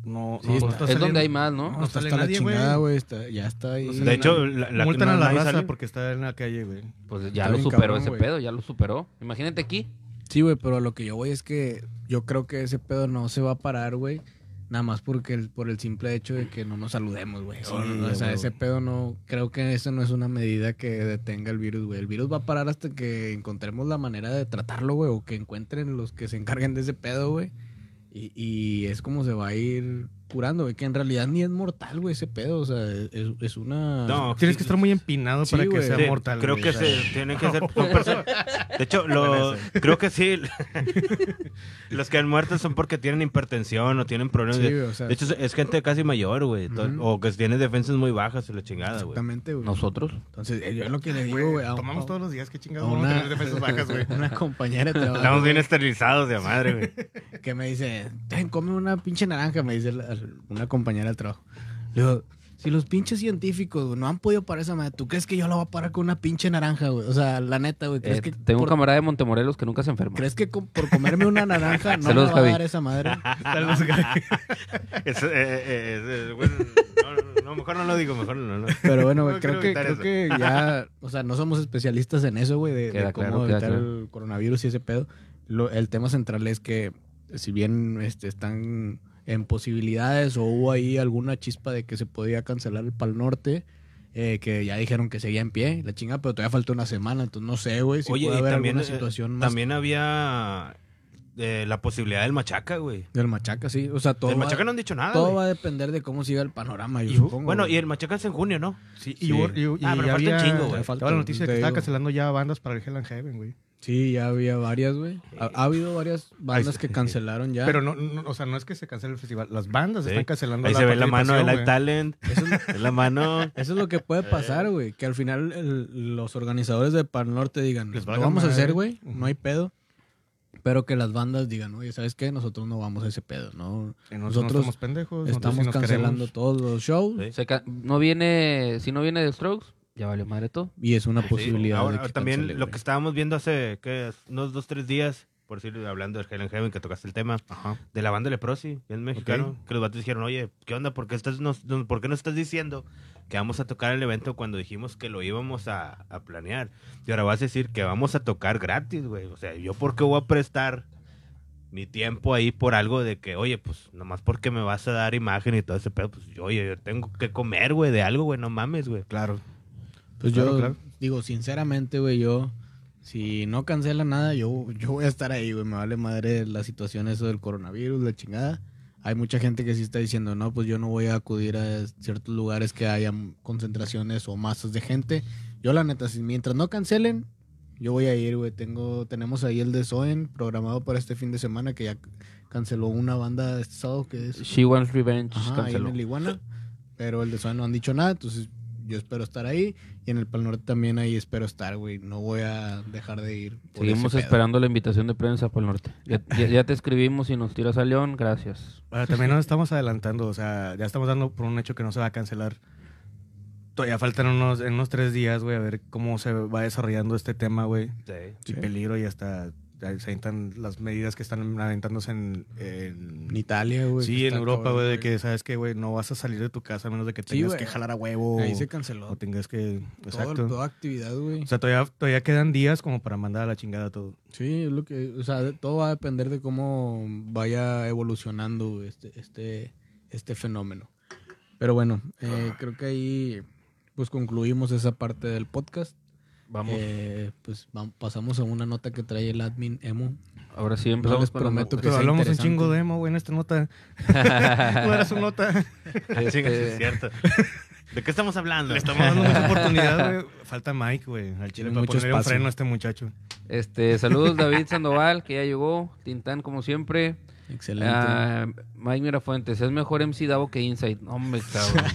S1: No,
S4: Sí, está-
S2: Es donde hay más, ¿no?
S1: No,
S4: no, está
S1: sale
S4: hasta la
S1: nadie, güey.
S4: chingada, güey. está- Ya está ahí.
S1: O sea,
S3: De hecho, la, la
S1: Multan a
S3: no,
S1: la
S3: nadie
S1: raza
S3: salió.
S1: porque está en la calle, güey.
S2: Pues ya
S4: Está
S2: lo
S4: bien
S2: superó
S4: cabrón,
S2: ese
S4: güey.
S2: pedo, ya lo superó. Imagínate aquí.
S4: Sí, güey, pero a lo que yo voy es que yo creo que ese pedo no se va a parar, güey. Nada más porque el, por el simple hecho de que no nos saludemos, güey.
S1: Sí,
S4: o
S1: güey,
S4: sea,
S1: güey.
S4: ese pedo no. Creo que eso no es una medida que detenga el virus, güey. El virus va a parar hasta que encontremos la manera de tratarlo, güey. O que encuentren los que se encarguen de ese pedo, güey. Y, y es como se va a ir curando, güey. Que en realidad ni es mortal, güey, ese pedo. O sea, es, es una.
S3: No,
S1: Tienes que estar muy empinado
S4: pues, Sí,
S1: para que
S4: güey.
S1: sea
S3: Sí,
S1: mortal.
S3: Creo
S1: güey,
S3: que
S1: o sea.
S3: se
S4: (laughs)
S3: tienen que hacer son personas. De hecho, lo, creo que sí. Los que han muerto son porque tienen hipertensión o tienen problemas.
S4: Sí,
S3: de-
S4: güey, o sea,
S3: de hecho, es gente casi mayor, güey. to-
S4: Ujú.
S3: O que tiene defensas muy bajas y la chingada, güey.
S4: exactamente, güey.
S2: Nosotros.
S4: Entonces, eh, yo es lo que le digo, güey. a-
S1: Tomamos
S4: a-
S1: todos los días, qué
S4: a
S1: chingados vamos a
S4: una,
S1: tener defensas bajas, güey.
S4: (laughs) una compañera de trabajo,
S3: Estamos bien
S4: güey,
S3: esterilizados de madre, güey.
S4: que me dice, "Ten, come una pinche naranja, me dice la- una compañera de trabajo. Le digo, si los pinches científicos güey, no han podido parar esa madre, ¿tú crees que yo la voy a parar con una pinche naranja, güey? O sea, la neta, güey, ¿crees
S2: Eh,
S4: que
S2: tengo un
S4: por,
S2: camarada de Montemorelos que nunca se enferma.
S4: ¿crees que con- por comerme
S2: (laughs)
S4: una naranja no me
S2: Saludos,
S4: va a
S2: Javi.
S4: dar esa madre?
S2: (laughs)
S1: Saludos, güey.
S3: (laughs) Es- eh, eh, es- eh, bueno, no, no, mejor no lo digo, mejor no. no.
S4: Pero bueno,
S3: (laughs)
S4: güey,
S3: No
S4: creo,
S3: quiero
S4: que,
S3: evitar
S4: creo que ya, o sea, no somos especialistas en eso, güey, de, de
S2: Queda
S4: cómo
S2: claro, queda
S4: evitar
S2: claro.
S4: el coronavirus y ese pedo. Lo- el tema central es que, si bien este, están en posibilidades o hubo ahí alguna chispa de que se podía cancelar el Pal Norte, eh, que ya dijeron que seguía en pie, la chinga, pero todavía faltó una semana, entonces no sé, güey, si
S3: Oye,
S4: puede
S3: y
S4: haber
S3: también,
S4: alguna
S3: eh,
S4: situación más.
S3: también había eh, la posibilidad del machaca, güey.
S4: Del machaca, sí. O sea, todo.
S3: Del
S4: va-
S3: machaca no han dicho nada.
S4: todo
S3: güey.
S4: va a depender de cómo siga el panorama, yo
S3: Y-
S4: supongo.
S3: bueno, y
S4: güey.
S3: el machaca es en junio, ¿no?
S1: Sí, y,
S4: Sí.
S1: hubo- y- y
S3: Ah, pero falta un
S1: había-
S3: chingo, güey.
S1: estaba
S4: Falta,
S1: la noticia de
S4: te
S1: que estaba
S4: digo.
S1: cancelando ya bandas para el Hell and Heaven, güey.
S4: Sí, ya había varias, güey. Ha, ha habido varias bandas que cancelaron ya.
S1: Pero no, no- o sea, no es que se cancele el festival. Las bandas
S3: Sí.
S1: están cancelando
S3: Ahí se ve la mano de Live
S1: participación,
S3: Talent. (laughs) Es la mano.
S4: Eso es lo que
S1: (laughs) Eh.
S4: puede pasar, güey. Que al final el- los organizadores de Pan Norte digan,
S1: Les
S4: lo
S1: valga
S4: vamos a
S1: madre".
S4: hacer, güey. No hay pedo. Pero que las bandas digan, oye, ¿sabes qué? Nosotros no vamos a ese pedo, ¿no?
S1: güey. Y Nosotros, no
S4: Nosotros
S1: somos pendejos. nosotros
S4: Estamos
S1: sí nos
S4: cancelando
S1: queremos.
S4: todos los shows.
S3: Sí.
S2: Se ca- no viene, si no viene de Strokes, ya valió madre todo.
S4: Y es una posibilidad.
S3: Ahora,
S4: de que
S3: también
S4: cancele,
S3: lo
S4: güey.
S3: que estábamos viendo hace ¿qué? unos dos, tres días, por decir, hablando del Hell and Heaven, que tocaste el tema, de la banda Leprosy, que es mexicano, que los vatos dijeron, oye, ¿qué onda? ¿Por qué, estás, nos, nos- ¿por qué nos estás diciendo que vamos a tocar el evento cuando dijimos que lo íbamos a, a planear? Y ahora vas a decir que vamos a tocar gratis, güey. O sea, ¿yo por qué voy a prestar mi tiempo ahí por algo de que, oye, pues nomás porque me vas a dar imagen y todo ese pedo, pues yo, oye, yo tengo que comer, güey, de algo, güey, no mames, güey.
S1: Claro.
S4: Pues
S1: Claro,
S4: yo
S1: claro.
S4: digo, sinceramente, güey, yo, si no cancela nada, yo, yo voy a estar ahí, güey. Me vale madre la situación eso del coronavirus, la chingada. Hay mucha gente que sí está diciendo, no, pues yo no voy a acudir a ciertos lugares que hayan concentraciones o masas de gente. Yo, la neta, si mientras no cancelen, yo voy a ir, güey. Tengo, tenemos ahí el de Soen programado para este fin de semana que ya canceló una banda este sábado que es
S2: She Wants Revenge
S4: Ajá, ahí
S2: canceló.
S4: en el Iguana. Pero el de Suárez no han dicho nada, entonces yo espero estar ahí. Y en el Pal Norte también ahí espero estar, güey. No voy a dejar de ir. por
S2: Seguimos
S4: ese pedo.
S2: esperando la invitación de prensa por el norte. Ya, ya- ya te escribimos y nos tiras a León, gracias.
S1: Ahora, también nos estamos adelantando. O sea, ya estamos dando por un hecho que no se va a cancelar. Todavía faltan unos, en unos tres días, güey, a ver cómo se va desarrollando este tema, güey. Y peligro y hasta ya se aventan las medidas que están aventándose en... en-
S4: En Italia, güey.
S1: sí,
S4: que
S1: en
S4: está
S1: Europa,
S4: cabrón,
S1: güey, de que, ¿sabes qué, güey? No vas a salir de tu casa a menos de que
S4: Sí,
S1: tengas
S4: güey.
S1: que jalar a huevo.
S4: Ahí se
S1: O
S4: canceló
S1: tengas que...
S4: todo-
S1: oh, Exacto.
S4: toda actividad, güey.
S1: O sea, todavía, todavía quedan días como para mandar a la chingada todo.
S4: Sí, es lo que. O sea, de- todo va a depender de cómo vaya evolucionando güey, este, este, este fenómeno. Pero bueno, eh, creo que ahí pues concluimos esa parte del podcast.
S2: Vamos.
S4: Eh, pues vam- pasamos a una nota que trae el admin Emo.
S2: Ahora sí empezamos.
S4: les
S2: con la
S4: prometo
S2: nota.
S4: que- (laughs)
S1: Pero
S4: sea
S1: hablamos un
S4: Pues interesante.
S1: chingo de emo, güey, en
S4: (laughs)
S1: esta nota. no era su
S3: Sí,
S1: nota.
S3: es
S2: Este,
S3: cierto. (laughs) ¿De qué estamos hablando?
S1: Le
S3: (laughs)
S1: estamos
S4: (laughs)
S1: dando mucha oportunidad, güey. Falta Mike, güey, al
S4: Tiene
S1: chile para
S4: mucho
S1: ponerle un
S4: espacio.
S1: freno a este muchacho.
S2: este, saludos David Sandoval, que ya llegó. Tintán, como siempre.
S4: Excelente.
S2: Ah, Mike Mirafuentes, es mejor MC Davo que Insight. Hombre, cabrón.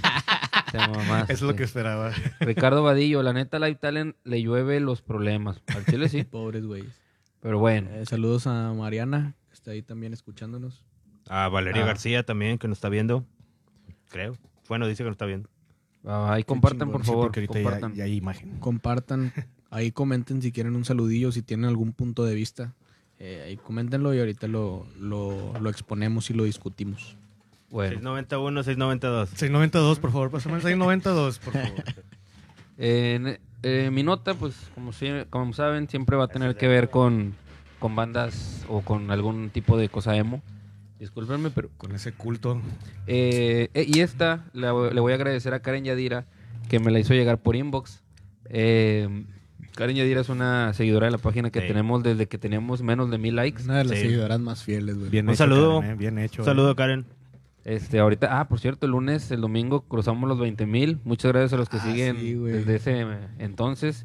S2: Te mamaste.
S1: Eso es lo que esperaba.
S2: Ricardo Vadillo, la neta Live Talent le llueve los problemas. Al Chile sí,
S4: Pobres güeyes.
S2: pero
S4: (laughs)
S2: bueno.
S4: Eh, saludos a Mariana, que está ahí también escuchándonos.
S3: A Valeria
S2: Ah.
S3: García también, que nos está viendo. Creo. Bueno, dice que nos está viendo.
S2: Ah, ahí compartan,
S4: chingón,
S2: por
S1: Sí,
S2: favor.
S1: porque ahorita ya-
S2: compartan.
S1: ya, hay imagen.
S4: Compartan, ahí comenten si quieren un saludillo, si tienen algún punto de vista. Eh, ahí coméntenlo y ahorita lo, lo, lo exponemos y lo discutimos.
S2: Bueno.
S3: 691, 692.
S1: 692, por favor. Pásame el 692, por (laughs) favor.
S2: En- eh, mi nota, pues, como, sie- como saben, siempre va a tener que ver con, con bandas o con algún tipo de cosa emo. Discúlpenme, pero...
S1: Con ese culto.
S2: eh, eh, y esta la vo- le voy a agradecer a Karen Yadira, que me la hizo llegar por inbox. Eh, Karen Yadira es una seguidora de la página que
S3: Sí.
S2: tenemos desde que teníamos menos de mil likes.
S4: Una de las
S3: Sí.
S4: seguidoras más fieles, güey.
S1: Bien
S3: Un saludo.
S1: Karen, eh, Bien hecho.
S3: Un
S1: eh.
S3: saludo, Karen.
S2: Este, ahorita, ah, por cierto, el lunes, el domingo cruzamos los 20 mil. Muchas gracias a los que
S4: Ah,
S2: siguen
S4: sí, güey.
S2: desde ese eh, entonces.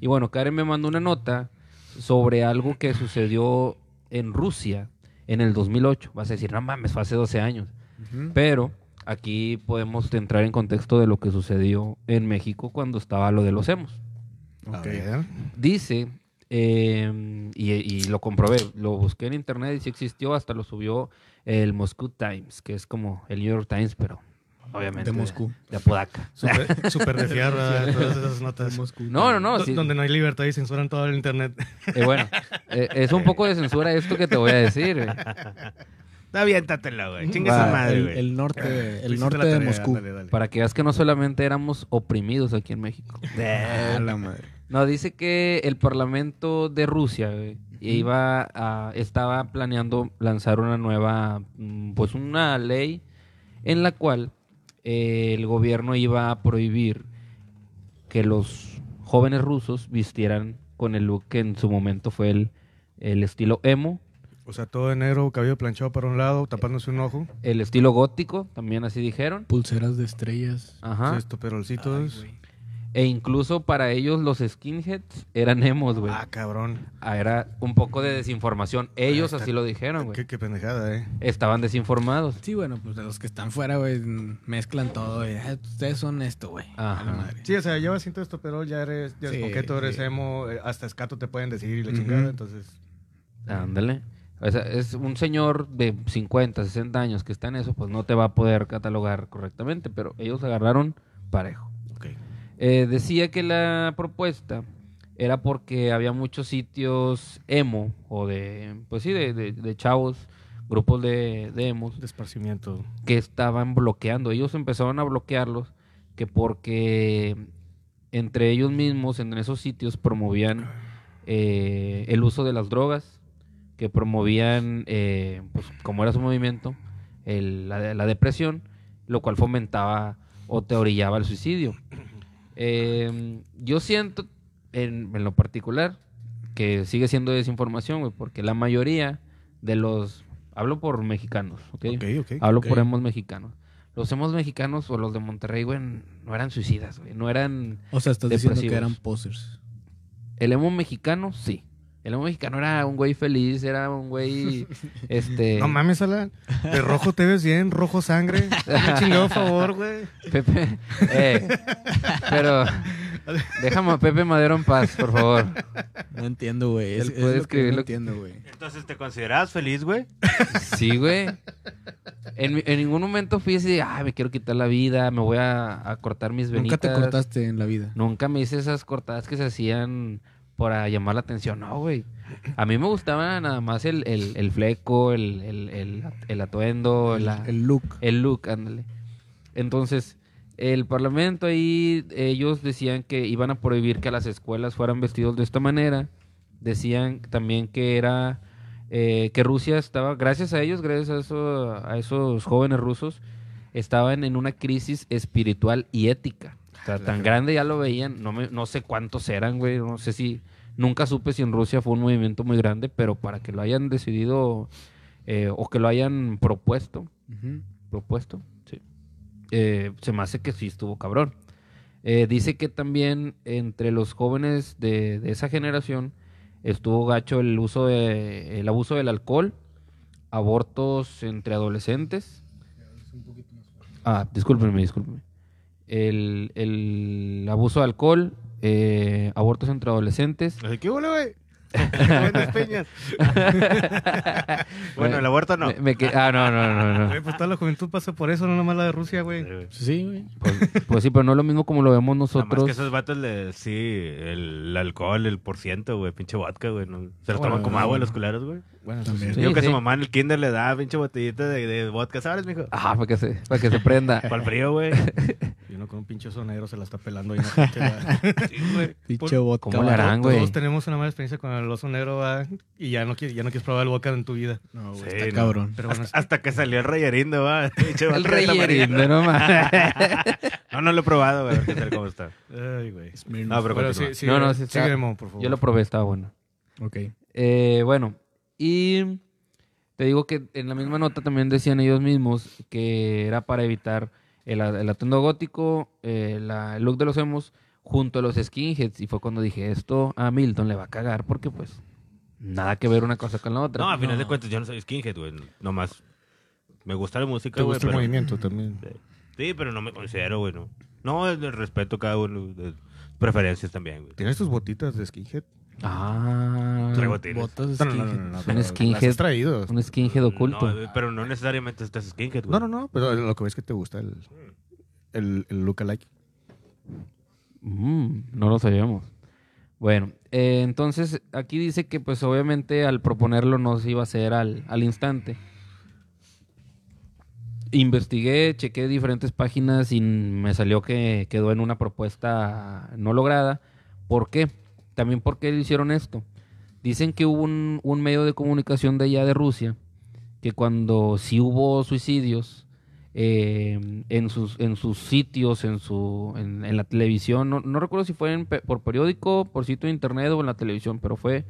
S2: Y bueno, Karen me mandó una nota sobre algo que sucedió en Rusia en el 2008. Vas a decir, no mames, fue hace 12 años.
S4: Ujú.
S2: Pero aquí podemos entrar en contexto de lo que sucedió en México cuando estaba lo de los hemos.
S1: A
S4: Ok.
S1: ver.
S2: Dice, eh, y, y lo comprobé, lo busqué en internet y si existió, hasta lo subió el Moscú Times, que es como el New York Times, pero obviamente
S4: De Moscú.
S2: de Apodaca.
S1: Súper, súper de fiar, ¿verdad? Todas esas notas.
S2: No, no, no.
S1: Do-
S2: sí.
S1: Donde no hay libertad y censuran todo el internet.
S2: Eh, bueno, eh, es un poco de censura esto que te voy a decir. eh, güey.
S3: Está bien, tátelo, güey. Chingue
S2: Va,
S3: su madre,
S4: el,
S3: güey.
S4: el norte, de-
S1: Tú
S4: el
S1: hiciste
S4: norte
S1: la
S4: de
S1: tarea,
S4: Moscú.
S1: ándale, dale.
S2: Para que veas que no solamente éramos oprimidos aquí en México.
S4: Ah, la madre.
S2: No, dice que el Parlamento de Rusia güey, iba a- estaba planeando lanzar una nueva, mm, pues una ley en la cual eh, el gobierno iba a prohibir que los jóvenes rusos vistieran con el look que en su momento fue el, el estilo emo
S1: O sea, todo de negro, cabello planchado para un lado, tapándose un ojo.
S2: El estilo gótico, también así dijeron.
S4: Pulseras de estrellas.
S2: Ajá.
S1: Estos perolcitos.
S2: E incluso para ellos los skinheads eran emos, güey.
S1: ah, cabrón.
S2: Ah, Era un poco de desinformación. Ellos
S1: está-
S2: así lo dijeron, güey.
S1: Qué, qué pendejada, eh.
S2: Estaban desinformados.
S4: Sí, bueno, pues de los que están fuera, güey, mezclan todo. güey. Ah, Ustedes son esto, güey.
S2: Ajá.
S4: A la madre.
S1: Sí, o sea, llevas cinto esto, pero ya eres, ya eres
S4: Sí,
S1: coqueto, eres
S4: sí.
S1: emo, eh, hasta escato te pueden decir y la
S4: Ujú.
S1: chingada, entonces.
S2: Ándale. O sea, es un señor de 50, 60 años que está en eso, pues no te va a poder catalogar correctamente, pero ellos agarraron parejo. Eh, decía que la propuesta era porque había muchos sitios emo, o de, pues sí, de, de- de chavos, grupos de, de emos,
S1: De esparcimiento.
S2: que estaban bloqueando. Ellos empezaron a bloquearlos que porque entre ellos mismos en esos sitios promovían eh, el uso de las drogas, que promovían, eh, pues, como era su movimiento, el- la, la depresión, lo cual fomentaba o te orillaba al suicidio. Eh, yo siento, en, en lo particular, que sigue siendo desinformación, güey, porque la mayoría de los... Hablo por mexicanos, ¿ok?
S1: Ok, ok.
S2: Hablo
S4: Ok.
S2: por em- hemos mexicanos. Los hemos mexicanos o los de Monterrey, güey, no eran suicidas, güey. No eran...
S4: O sea, estás diciendo que
S2: Depresivos.
S4: eran posers.
S2: El emo mexicano, sí. El emo mexicano era un güey feliz, era un
S4: (laughs)
S2: güey, este...
S1: No mames, Alan. De rojo te ves bien, rojo sangre. Un chingado favor, güey.
S2: Pepe, eh, pero déjame a Pepe Madero en paz, por favor.
S4: No entiendo, güey.
S2: Él
S4: Es, es
S2: puede
S4: lo que yo
S2: escribir lo
S4: no
S2: que- (laughs)
S4: entiendo, güey.
S3: Entonces, ¿te considerabas feliz, güey?
S2: Sí, güey. En, mi- en ningún momento fui así, ay, me quiero quitar la vida, me voy a, a cortar mis
S4: Nunca
S2: venitas.
S4: te cortaste en la vida.
S2: Nunca me hice esas cortadas que se hacían para llamar la atención. No, güey. A mí me gustaba nada más el, el- el fleco, el, el- el- el atuendo, la-
S4: El look.
S2: el look, ándale. Entonces, el parlamento ahí, ellos decían que iban a prohibir que a las escuelas fueran vestidos de esta manera. Decían también que era, eh, que Rusia estaba, gracias a ellos, gracias a, eso, a esos jóvenes rusos, estaban en una crisis espiritual y ética. O sea, tan grande ya lo veían, no, me- no sé cuántos eran, güey, no sé si, nunca supe si en Rusia fue un movimiento muy grande, pero para que lo hayan decidido eh, o que lo hayan propuesto,
S4: Ujú.
S2: propuesto. Sí. Eh, se me hace que sí estuvo cabrón. Eh, dice que también entre los jóvenes de, de esa generación estuvo gacho el uso de, el abuso del alcohol, abortos entre adolescentes. Ah, discúlpenme, discúlpenme. El, el abuso de alcohol, eh, abortos entre adolescentes. (laughs)
S3: Así que, bueno, güey.
S1: Peñas.
S3: (laughs) Bueno, el aborto no.
S2: Me- me que- ah, no, no, no, no.
S3: (laughs)
S1: Güey, pues toda la juventud pasa por eso, no nomás la de Rusia, güey.
S4: Sí, güey.
S2: Pues sí, pero no es lo mismo como lo vemos
S3: Nada más
S2: nosotros.
S3: que esos vatos, le, sí, el alcohol, el por ciento, güey, pinche vodka, güey. ¿no? Se lo
S1: Bueno,
S3: toman como
S1: bueno,
S3: agua
S1: bueno.
S3: los culeros, güey.
S1: Bueno,
S4: También.
S2: Sí,
S3: Digo que
S2: sí.
S3: su mamá en el kinder le da pinche botellita de, de vodka, ¿sabes, mijo?
S2: Ah, para que se, para que se
S3: (laughs)
S2: prenda.
S3: Para el frío, güey.
S1: Y uno con un pinche sonero se la está pelando ahí. (laughs) ¿no? Pinche, va.
S4: Pinche vodka.
S2: ¿Cómo le harán,
S1: Todos
S2: güey?
S1: tenemos una mala experiencia con el oso negro, va, y ya no, quieres, ya no quieres probar el boca en tu vida.
S4: No, güey,
S3: Sí,
S4: está
S3: no.
S4: cabrey.
S1: Pero (laughs) bueno,
S3: Hasta que salió el reyerindo, va. (laughs) Pinche
S2: El
S3: vodka de esta manera.
S2: reyerindo, no mames.
S3: (laughs) No, no lo he probado, güey. a ver ¿Qué tal, cómo (laughs) está?
S1: ay, güey.
S3: No, pero
S1: Bueno,
S3: continúa.
S1: sí, sí,
S2: No, no,
S1: eh,
S2: sí está-
S1: sigue, Mo, por favor.
S2: Yo lo probé, estaba bueno.
S4: Ok.
S2: Eh, bueno, y te digo que en la misma nota también decían ellos mismos que era para evitar el, a- el atuendo gótico, eh, la- el look de los emos, junto a los skinheads. Y fue cuando dije, esto a Milton le va a cagar porque pues nada que ver una cosa con la otra.
S3: No, a final de
S4: No.
S3: cuentas, yo no soy skinhead, güey. Nomás. Me gusta la música,
S1: Te
S3: güey.
S1: gusta el
S3: pero-
S1: movimiento también.
S3: Sí, pero no me considero, güey. No, no el respeto a cada uno. de Preferencias también, güey.
S1: ¿Tienes tus botitas de skinhead?
S2: Ah,
S3: Traigo tines.
S4: Botas
S1: No, no, no, no,
S4: skinhead.
S1: no, no,
S2: Son
S1: pero
S2: skinhead.
S1: las has traído.
S2: un skinhead oculto.
S3: No, eh, pero no necesariamente estás skinhead, güey.
S1: No, no, no, pero lo que ves que te gusta el, el, el lookalike.
S2: Mm, no lo sabíamos. Bueno, eh, entonces aquí dice que pues obviamente al proponerlo no se iba a hacer al, al instante. Investigué, chequé diferentes páginas y me salió que quedó en una propuesta no lograda. ¿Por qué? También por qué hicieron esto. Dicen que hubo un, un medio de comunicación de allá de Rusia que cuando sí hubo suicidios eh, en, sus, en sus sitios, en, su, en, en la televisión, no, no recuerdo si fue en pe- por periódico, por sitio de internet o en la televisión, pero fue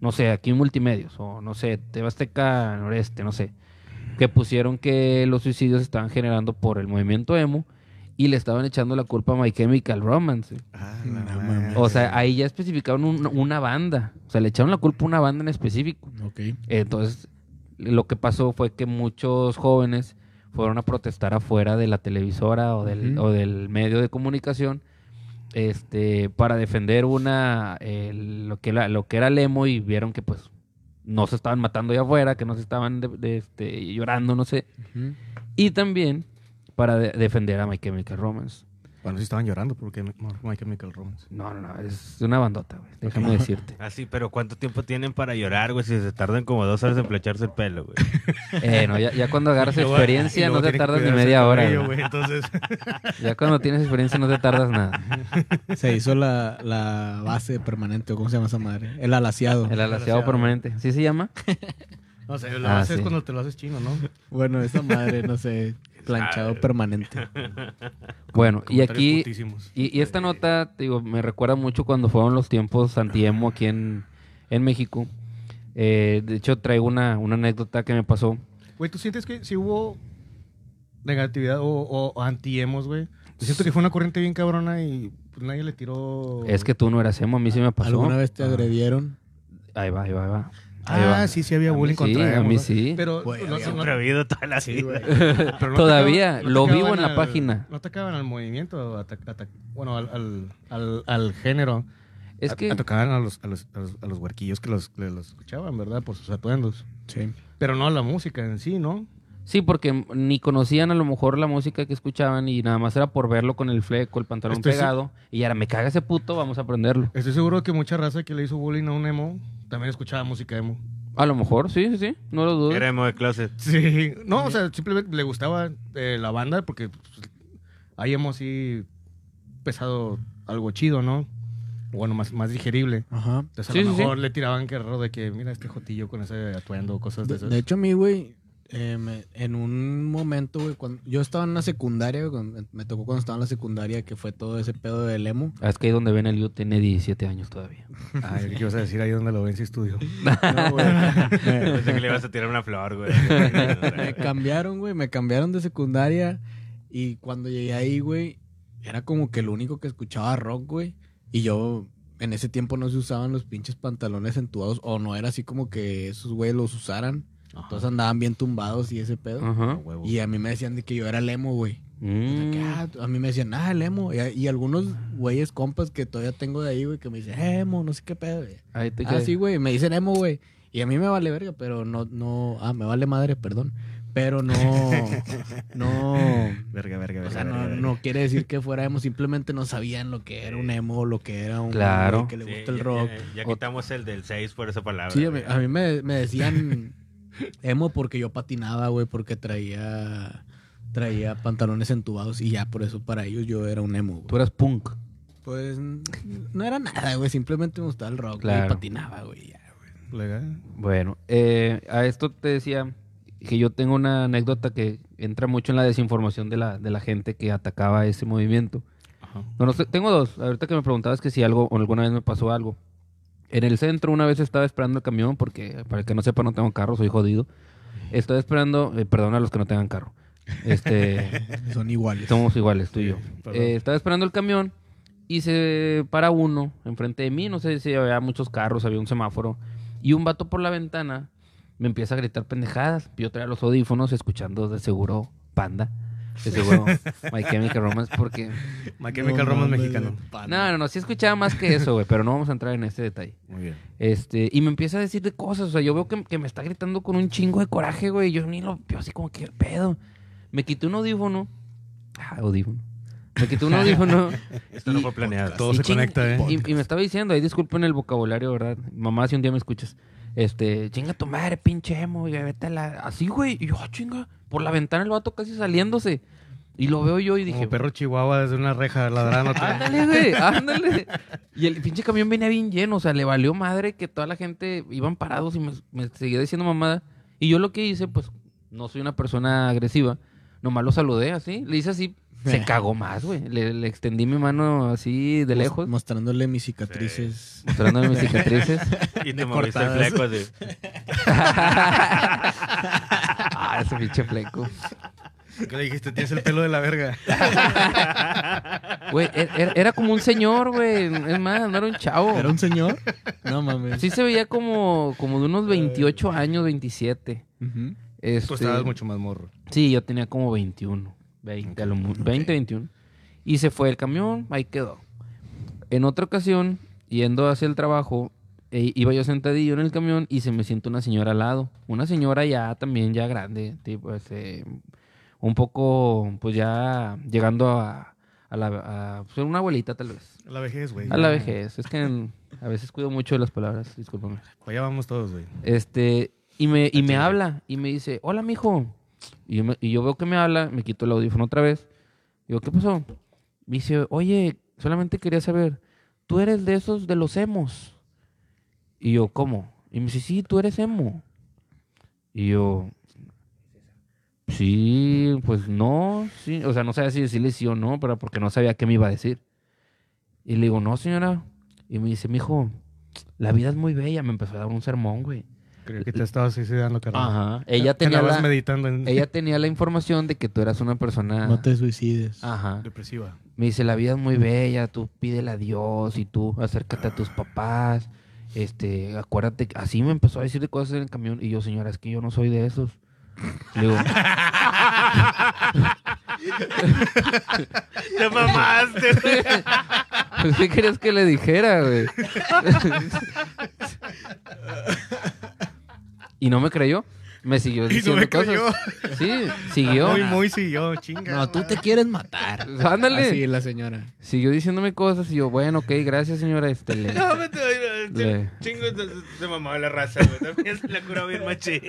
S2: no sé, aquí en Multimedios, o no sé, Tebasteca Noreste, no sé, que pusieron que los suicidios estaban generando por el movimiento emo y le estaban echando la culpa a My Chemical Romance.
S1: Ah, no mames.
S2: O sea, ahí ya especificaron un- una banda. O sea, le echaron la culpa a una banda en específico.
S4: Ok.
S2: Entonces, lo que pasó fue que muchos jóvenes fueron a protestar afuera de la televisora o del,
S4: Ujú.
S2: o del medio de comunicación este, para defender una el- lo, que la- lo que era Lemo y vieron que pues no se estaban matando allá afuera, que no se estaban de- de, este, llorando, no sé.
S4: Ujú.
S2: Y también para de- defender a My Chemical Romance.
S1: Bueno, sí estaban llorando porque My Chemical Romance.
S2: No, no, no, es una bandota, güey. Déjame decirte.
S3: Ah, sí, pero ¿cuánto tiempo tienen para llorar, güey? Si se tardan como dos horas en placharse el pelo, güey.
S2: Eh, no, ya, ya cuando agarras
S1: (laughs) Y luego- y
S2: experiencia
S1: luego
S2: no te
S1: tiene que
S2: tardas ni
S1: cuidarse el
S2: media hora.
S1: cabello,
S2: güey.
S1: güey, Entonces, (laughs)
S2: Ya cuando tienes experiencia no te tardas nada.
S4: Se hizo la, la base permanente, o ¿cómo se llama esa madre? El alaciado.
S2: El alaciado permanente. ¿Sí se llama?
S1: no sé, lo
S2: Ah,
S1: haces
S2: sí.
S1: cuando te lo haces chino, ¿no?
S4: Bueno, esa madre, no sé,
S2: (laughs)
S4: planchado permanente.
S2: Bueno, y
S1: Comentarios
S2: aquí...
S1: putísimos.
S2: Y, y esta nota, te digo, me recuerda mucho cuando fueron los tiempos anti-emo aquí en, en México. Eh, de hecho, traigo una, una anécdota que me pasó.
S1: Güey, ¿tú sientes que si hubo negatividad o, o- o anti-emos, güey? Yo siento que fue una corriente bien cabrona y pues, nadie le tiró...
S2: Es que tú no eras emo, a mí sí me pasó. Ah.
S4: ¿Alguna vez te agredieron?
S2: Ahí va, ahí va, ahí va. Ahí
S1: Ah,
S2: va.
S1: sí, sí había
S2: A mí
S1: bullying
S2: sí,
S1: contra
S2: a
S1: emos,
S2: mí
S1: ¿no?
S2: sí.
S1: Pero
S4: Güey,
S1: no-
S4: había
S1: no-
S3: Siempre ha habido toda la
S1: Sí, güey.
S3: vida.
S1: Pero no
S2: Todavía,
S1: atacaban- no
S2: lo vivo
S1: atacaban
S2: en la
S1: al-
S2: página.
S1: No atacaban al movimiento, ata- ata- bueno, al, al, al, al género.
S2: Es
S1: A-
S2: que...
S1: Atacaban a los, a los, a los, a los huerquillos que los, que los escuchaban, ¿verdad? Por sus atuendos.
S4: Sí.
S1: Pero no a la música en sí, ¿no?
S2: Sí, porque ni conocían a lo mejor la música que escuchaban y nada más era por verlo con el fleco, el pantalón
S1: Estoy se-
S2: pegado. Y ahora me caga ese puto, vamos a aprenderlo.
S1: Estoy seguro que mucha raza que le hizo bullying a un emo también escuchaba música emo.
S2: A lo mejor, sí, sí, sí, no lo dudo.
S3: Era emo de closet.
S1: Sí, no, o sea, simplemente le gustaba eh, la banda porque pues, hay emo así pesado, algo chido, ¿no? Bueno, más, más digerible.
S4: Ajá.
S1: Entonces a
S2: Sí,
S1: lo
S2: sí, sí.
S1: mejor le tiraban que raro de que mira este jotillo con ese atuendo, cosas de
S4: De,
S1: esas.
S4: de hecho, a mí, güey, eh, me- en un momento, güey, cuando yo estaba en la secundaria, güey, cuando- me tocó cuando estaba en la secundaria, que fue todo ese pedo del emo.
S2: Ah, Es que ahí donde ven el yo tiene 17 años todavía.
S1: Ah, yo ibas a decir ahí donde lo ven si estudio.
S4: No, güey. me,
S3: Pensé que le ibas a tirar una flor, güey. (laughs)
S4: me cambiaron, güey, me cambiaron de secundaria y cuando llegué ahí, güey, era como que el único que escuchaba rock, güey, y yo... En ese tiempo no se usaban los pinches pantalones entubados o no era así como que esos güeyes los usaran. Entonces andaban bien tumbados y ese pedo.
S2: Ajá.
S4: Y a mí me decían de que yo era el emo, güey. Ah, O sea, que,
S2: Mm.
S4: ah, a mí me decían, ah, el emo. Y, y algunos güeyes compas que todavía tengo de ahí, güey, que me dicen, "Eh, emo, no sé qué pedo. güey".
S2: Ahí te
S4: Ah, sí, güey, me dicen emo, güey. Y a mí me vale verga, pero no, no, ah, me vale madre, perdón.
S2: (laughs)
S4: Pero no, no,
S1: Verga, verga, verga.
S4: o sea,
S1: verga,
S4: no,
S1: verga.
S4: no quiere decir que fuera emo, simplemente no sabían lo que era un emo, lo que era un
S2: Claro.
S4: güey que le
S3: Sí,
S4: gusta el
S3: ya-
S4: rock.
S3: Ya, ya quitamos el del 6 por esa palabra.
S4: Sí, a mí,
S3: güey.
S4: a mí me, me decían
S2: (laughs)
S4: emo porque yo patinaba, güey, porque traía traía pantalones entubados y ya por eso para ellos yo era un emo. güey.
S2: Tú eras punk.
S4: Pues n- no era nada, güey, simplemente me gustaba el rock güey,
S2: Claro.
S4: y patinaba, güey. ya, güey.
S1: Legal.
S2: Bueno, eh, a esto te decía que yo tengo una anécdota que entra mucho en la desinformación de la, de la gente que atacaba ese movimiento. No, no sé, tengo dos. Ahorita que me preguntabas que si algo o alguna vez me pasó algo. En el centro una vez estaba esperando el camión porque para el que no sepa no tengo carro, soy jodido. Estaba esperando, eh, perdón a los que no tengan carro. (laughs) Este,
S4: Son iguales.
S2: Somos iguales, tú y
S1: Sí,
S2: yo.
S1: perdón.
S2: Eh, estaba esperando el camión y se para uno enfrente de mí. No sé si había muchos carros, había un semáforo. Y un vato por la ventana me empieza a gritar pendejadas. Yo traía los audífonos escuchando de seguro Panda. De
S1: (laughs)
S2: seguro My Chemical Romance porque...
S1: My Chemical
S4: No
S1: Romance
S4: mames,
S1: mexicano.
S4: güey, pan.
S2: No, no, no. Sí escuchaba más que eso, güey. Pero no vamos a entrar en este detalle.
S1: Muy bien.
S2: Este, y me empieza a decir de cosas. O sea, yo veo que, que me está gritando con un chingo de coraje, güey. Yo ni lo yo así como que "¿Qué pedo. Me quité un audífono. Ah, audífono. Me quité un
S1: (laughs)
S2: audífono.
S3: Esto no fue planeado.
S1: Todo se
S2: ching-
S1: conecta, ¿eh?
S2: Y, y me estaba diciendo, ahí disculpen el vocabulario, ¿verdad? Mamá, si un día me escuchas. Este, chinga tu madre, pinche emo, ya vete a la. Así, güey. Y yo, "Ah, chinga. Por la ventana el vato casi saliéndose. Y lo veo yo y dije,
S1: Como perro chihuahua desde una reja ladrando.
S2: Ándale, güey, ándale. Y el pinche camión venía bien lleno, o sea, le valió madre que toda la gente iban parados y me, me seguía diciendo mamada. Y yo lo que hice, pues, no soy una persona agresiva, nomás lo saludé así, le hice así
S4: Eh.
S2: Se cagó más, güey. Le, le extendí mi mano así
S4: Pues,
S2: de lejos,
S4: Mostrándole mis cicatrices.
S2: mostrándome
S4: (laughs)
S2: mis cicatrices.
S3: (laughs) Y te
S4: De
S3: moviste el
S4: cortadas.
S3: fleco así.
S2: ah, ese pinche fleco.
S1: (laughs) ¿Qué le dijiste? Tienes el pelo de la verga.
S2: Güey, er- er- era como un señor, güey. Es más, no era un chavo.
S4: ¿Era
S2: (laughs)
S4: un señor? No mames.
S2: Sí se veía como, como de unos 28 años, 27.
S4: Ujú.
S2: Este,
S1: Tú estabas mucho más morro.
S2: Sí, yo tenía como 21. 20, a lo mu- 20, 21. Y se fue el camión, ahí quedó. En otra ocasión, yendo hacia el trabajo, e- iba yo sentadillo en el camión y se me siente una señora al lado. Una señora ya también ya grande, tipo, este, un poco, pues ya llegando a, a la... a ser una abuelita tal vez.
S1: A la vejez, güey.
S2: A la vejez. Es que en- a veces cuido mucho de las palabras, discúlpame.
S1: Para allá vamos todos, güey.
S2: Este, y me, y me habla y me dice, hola, mijo. Y yo, me- y yo veo que me habla, me quito el audífono otra vez. Digo, ¿qué pasó? Me dice, oye, solamente quería saber, ¿tú eres de esos de los emos? Y yo, ¿cómo? Y me dice, sí, tú eres emo. Y yo, sí, pues no, sí. O sea, no sabía si decirle sí o no, pero porque no sabía qué me iba a decir. Y le digo, no, señora. Y me dice, mijo, la vida es muy bella. Me empezó a dar un sermón, güey.
S1: Creo que te estabas suicidando, carnal.
S2: Ajá. Ella
S1: Te
S2: tenía,
S1: andabas
S2: la,
S1: meditando en
S2: ella tenía la información de que tú eras una persona.
S4: No te suicides.
S2: Ajá.
S1: depresiva.
S2: Me dice, la vida es muy bella, tú pídele a Dios y tú acércate a tus papás. Este, acuérdate, que- así me empezó a decir de cosas en el camión. Y yo, señora, es que yo no soy de esos. Le digo, (laughs)
S3: Te mamaste, güey.
S2: pues, ¿qué querías que le dijera, güey? (laughs) y no me creyó. Me siguió
S1: (laughs) Y no
S2: diciendo
S1: me
S2: cosas.
S1: creyó.
S2: Sí, siguió.
S1: Muy, muy sí, yo, chinga.
S4: No, tú te quieres matar.
S2: (laughs) Ándale.
S4: Sí, la señora.
S2: Siguió diciéndome cosas y yo, bueno, ok, gracias, señora. Este, le-
S3: (laughs) No, vete, oye,
S2: Le-
S3: este Chingo se- se mamaba la raza, güey. También se la cura bien machi.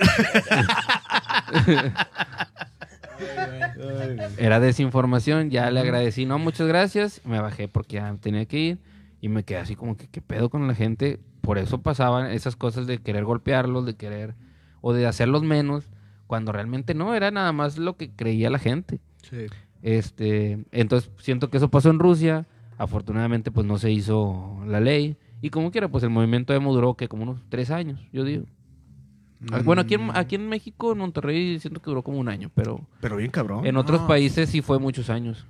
S2: Era desinformación, ya le agradecí, no, muchas gracias, me bajé porque ya tenía que ir y me quedé así como que qué pedo con la gente, por eso pasaban esas cosas de querer golpearlos, de querer o de hacerlos menos, cuando realmente no, era nada más lo que creía la gente.
S4: Sí.
S2: Este, entonces siento que eso pasó en Rusia, afortunadamente pues no se hizo la ley y como quiera, pues el movimiento emo duró que como unos tres años, yo digo. Ah, Bueno,
S4: Mm,
S2: aquí en, aquí en México, en Monterrey, siento que duró como un año, pero
S1: Pero bien cabrón.
S2: en otros
S4: no.
S2: países sí fue muchos años.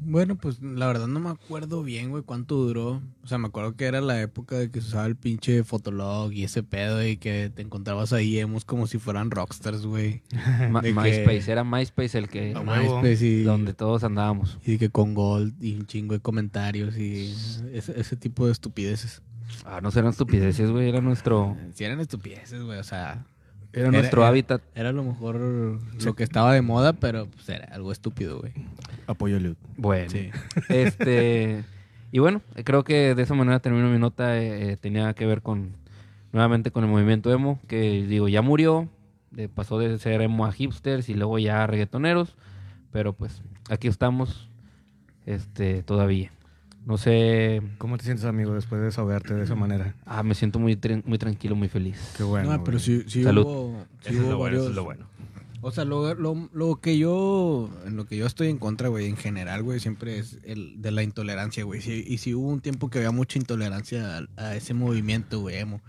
S4: Bueno, pues la verdad no me acuerdo bien, güey, cuánto duró. O sea, me acuerdo que era la época de que se usaba el pinche Fotolog y ese pedo y que te encontrabas ahí emos como si fueran rockstars, güey.
S2: Ma-
S4: De que- Ah,
S2: MySpace, era MySpace el que...
S1: A huevo.
S4: MySpace y,
S2: Donde todos andábamos.
S4: y que con Gold y un chingo de comentarios y ese, ese tipo de estupideces.
S2: Ah, no eran estupideces, güey, era nuestro...
S4: Si eran estupideces, güey, o sea,
S2: Era,
S4: Era-
S2: nuestro
S4: era-
S2: hábitat.
S4: era a lo mejor lo que estaba de moda, pero pues era algo estúpido, güey.
S1: Apoyo Lud.
S2: Bueno.
S4: Sí.
S2: (laughs) Este... Y bueno, creo que de esa manera termino mi nota. eh, eh, tenía que ver con... Nuevamente con el movimiento emo, que digo, ya murió. de- pasó de ser emo a hipsters y luego ya a reggaetoneros. Pero pues, aquí estamos. Este, todavía. No sé...
S1: ¿Cómo te sientes, amigo, después de desahogarte de esa manera?
S2: Ah, me siento muy, tran- muy tranquilo, muy feliz.
S1: Qué bueno.
S4: no, pero
S1: güey.
S4: sí, sí
S2: Salud.
S4: hubo, sí
S3: Eso es
S4: hubo
S3: lo bueno, eso es
S4: varios-
S3: lo bueno.
S4: O sea, lo, lo- lo que yo, en lo que yo estoy en contra, güey, en general, güey, siempre es el de la intolerancia, güey. Sí, y si hubo un tiempo que había mucha intolerancia a, a ese movimiento, güey, emo,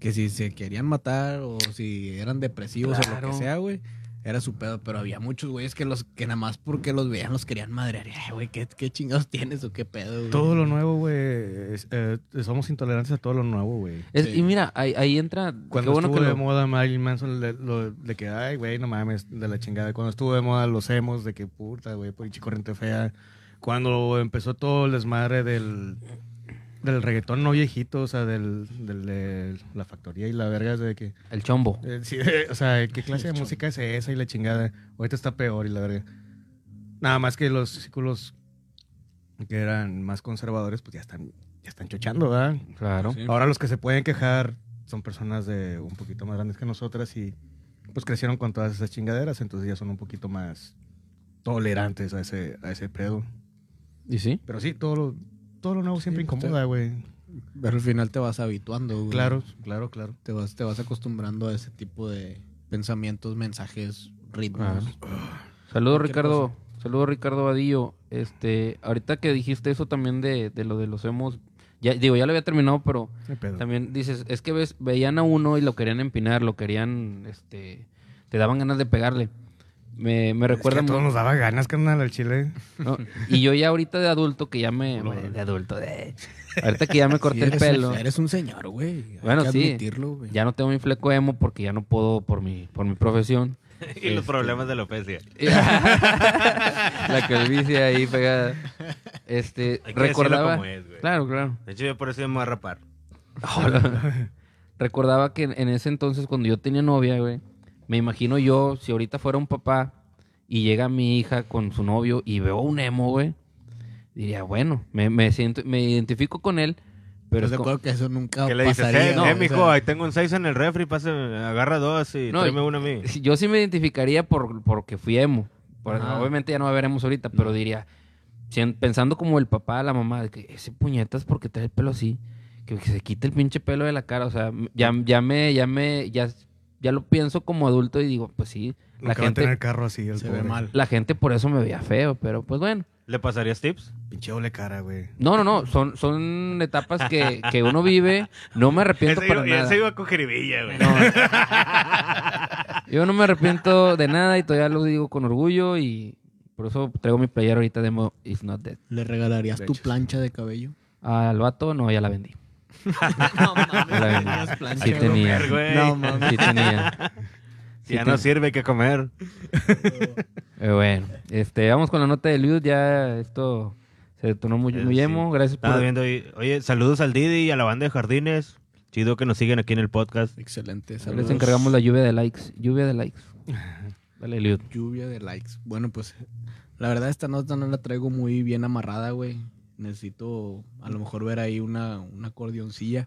S4: que si se querían matar o si eran depresivos o lo
S2: Claro.
S4: que sea, güey, era su pedo. Pero había muchos güeyes que los, que nada más porque los veían los querían madrear. Ay, güey, ¿qué, ¿qué chingados tienes o qué pedo, güey?
S1: Todo lo nuevo, güey. es- eh, somos intolerantes a todo lo nuevo, güey.
S2: Es-
S4: Sí.
S2: Y mira, ahí, ahí entra.
S1: Cuando
S2: qué bueno
S1: estuvo
S2: que
S1: de
S2: lo-
S1: moda Marilyn Manson, le- lo- de que, ay, güey, no mames, de la chingada. Cuando estuvo de moda los emos, de que puta, güey, pinche corriente fea. Cuando empezó todo el desmadre del, del reggaetón no viejito, o sea, del, del- de la factoría y la verga, de que,
S2: El chombo.
S1: eh, sí, o sea, ¿qué clase de música es esa y la chingada? Ahorita está peor y la verga. Nada más que los círculos que eran más conservadores, pues ya están, ya están chochando, ¿verdad?
S2: Claro.
S4: Sí.
S1: Ahora los que se pueden quejar son personas de un poquito más grandes que nosotras y pues crecieron con todas esas chingaderas, entonces ya son un poquito más tolerantes a ese, a ese pedo.
S2: ¿Y sí?
S1: Pero sí, todo lo, todo lo nuevo siempre
S4: Sí, pues,
S1: incomoda, güey.
S4: Pero al final te vas habituando, güey.
S1: Claro, claro, claro.
S4: Te vas, te vas acostumbrando a ese tipo de pensamientos, mensajes, ritmos.
S2: Saludos,
S4: Cualquier
S2: Ricardo. Saludos, Ricardo Vadillo. Este, ahorita que dijiste eso también de, de lo de los hemos, ya digo, ya lo había terminado, pero
S1: Ay, pedo.
S2: también dices, es que ves, veían a uno y lo querían empinar, lo querían, este, te daban ganas de pegarle. Me, me
S1: Es que
S2: recuerda
S1: a todos
S2: mu-
S1: nos daba ganas, carnal, al chile.
S2: no, Y yo ya ahorita de adulto, que ya me. me- de adulto, de- Ahorita que ya
S4: (laughs)
S2: me corté el
S4: eh. eres un-
S2: pelo.
S4: eres un señor, güey. Hay
S2: Bueno,
S4: que
S2: sí.
S4: admitirlo, güey.
S2: Ya no tengo mi fleco emo porque ya no puedo por mi, por mi profesión.
S3: y los problemas de alopecia.
S2: (laughs) la calvicie ahí pegada. Este,
S3: Hay que
S2: recordaba.
S3: decirlo como es, güey.
S2: claro,
S3: (laughs)
S2: claro.
S3: De hecho, yo por eso me voy a rapar.
S2: Hola. Recordaba que en en ese entonces, cuando yo tenía novia, güey, me imagino yo, si ahorita fuera un papá y llega mi hija con su novio y veo un emo, güey, diría, bueno, me, me siento, me identifico con él, pero
S4: Pero
S2: es
S4: de
S2: co-
S4: acuerdo que eso nunca
S3: ¿Qué le dices?
S4: pasaría.
S3: eh,
S2: no,
S3: eh,
S2: o
S3: mijo,
S4: sea,
S3: ahí tengo un 6 en el refri, pase, agarra dos y
S2: No,
S3: tráeme uno a mí.
S2: (laughs) yo sí me identificaría por, porque fui emo. Por-
S4: Ah.
S2: Obviamente ya no va a haber emos ahorita, pero diría, sien- pensando como el papá, la mamá, de que ese puñetas porque trae el pelo así, que, que se quite el pinche pelo de la cara, o sea, m- ya, ya me, ya me, ya, ya lo pienso como adulto y digo, pues sí, la
S1: Nunca va a
S2: gente,
S1: tener carro así, el
S4: se
S1: pobre.
S4: ve mal.
S2: la gente por eso me veía feo, pero pues bueno.
S3: ¿Le pasarías tips?
S1: Pinche doble cara, güey.
S2: No, no, no, son, son etapas que, que uno vive, no me arrepiento
S3: Ese
S2: para
S3: iba,
S2: nada.
S3: ese iba con jeribilla, güey.
S2: Yo no me arrepiento de nada y todavía lo digo con orgullo y por eso traigo mi playera ahorita de Mo It's Not Dead.
S4: ¿Le regalarías
S1: De
S4: tu
S1: hecho,
S4: plancha
S2: (laughs)
S4: de cabello?
S2: Al vato no, ya la vendí.
S4: No,
S2: Ya la
S4: (laughs)
S2: vendí.
S4: Ah,
S2: Sí tenía.
S3: comer, güey.
S4: No, mames.
S2: Sí tenía.
S3: Si ya
S2: Sí
S3: no
S2: ten-
S3: sirve que comer.
S2: Eh, bueno, este, vamos con la nota de Liud. Ya esto se detonó muy,
S3: Eh,
S2: muy
S3: sí.
S2: emo. Gracias
S3: Estaba
S2: por...
S3: viendo ahí- Oye, saludos al Didi y a la banda de jardines. Chido que nos siguen aquí en el podcast.
S4: Excelente.
S2: Les
S4: saludos.
S2: encargamos la lluvia de likes. Lluvia de likes. Dale, Liud.
S4: Lluvia de likes. Bueno, pues la verdad esta nota no la traigo muy bien amarrada, güey. Necesito a lo mejor ver ahí una, una acordeoncilla.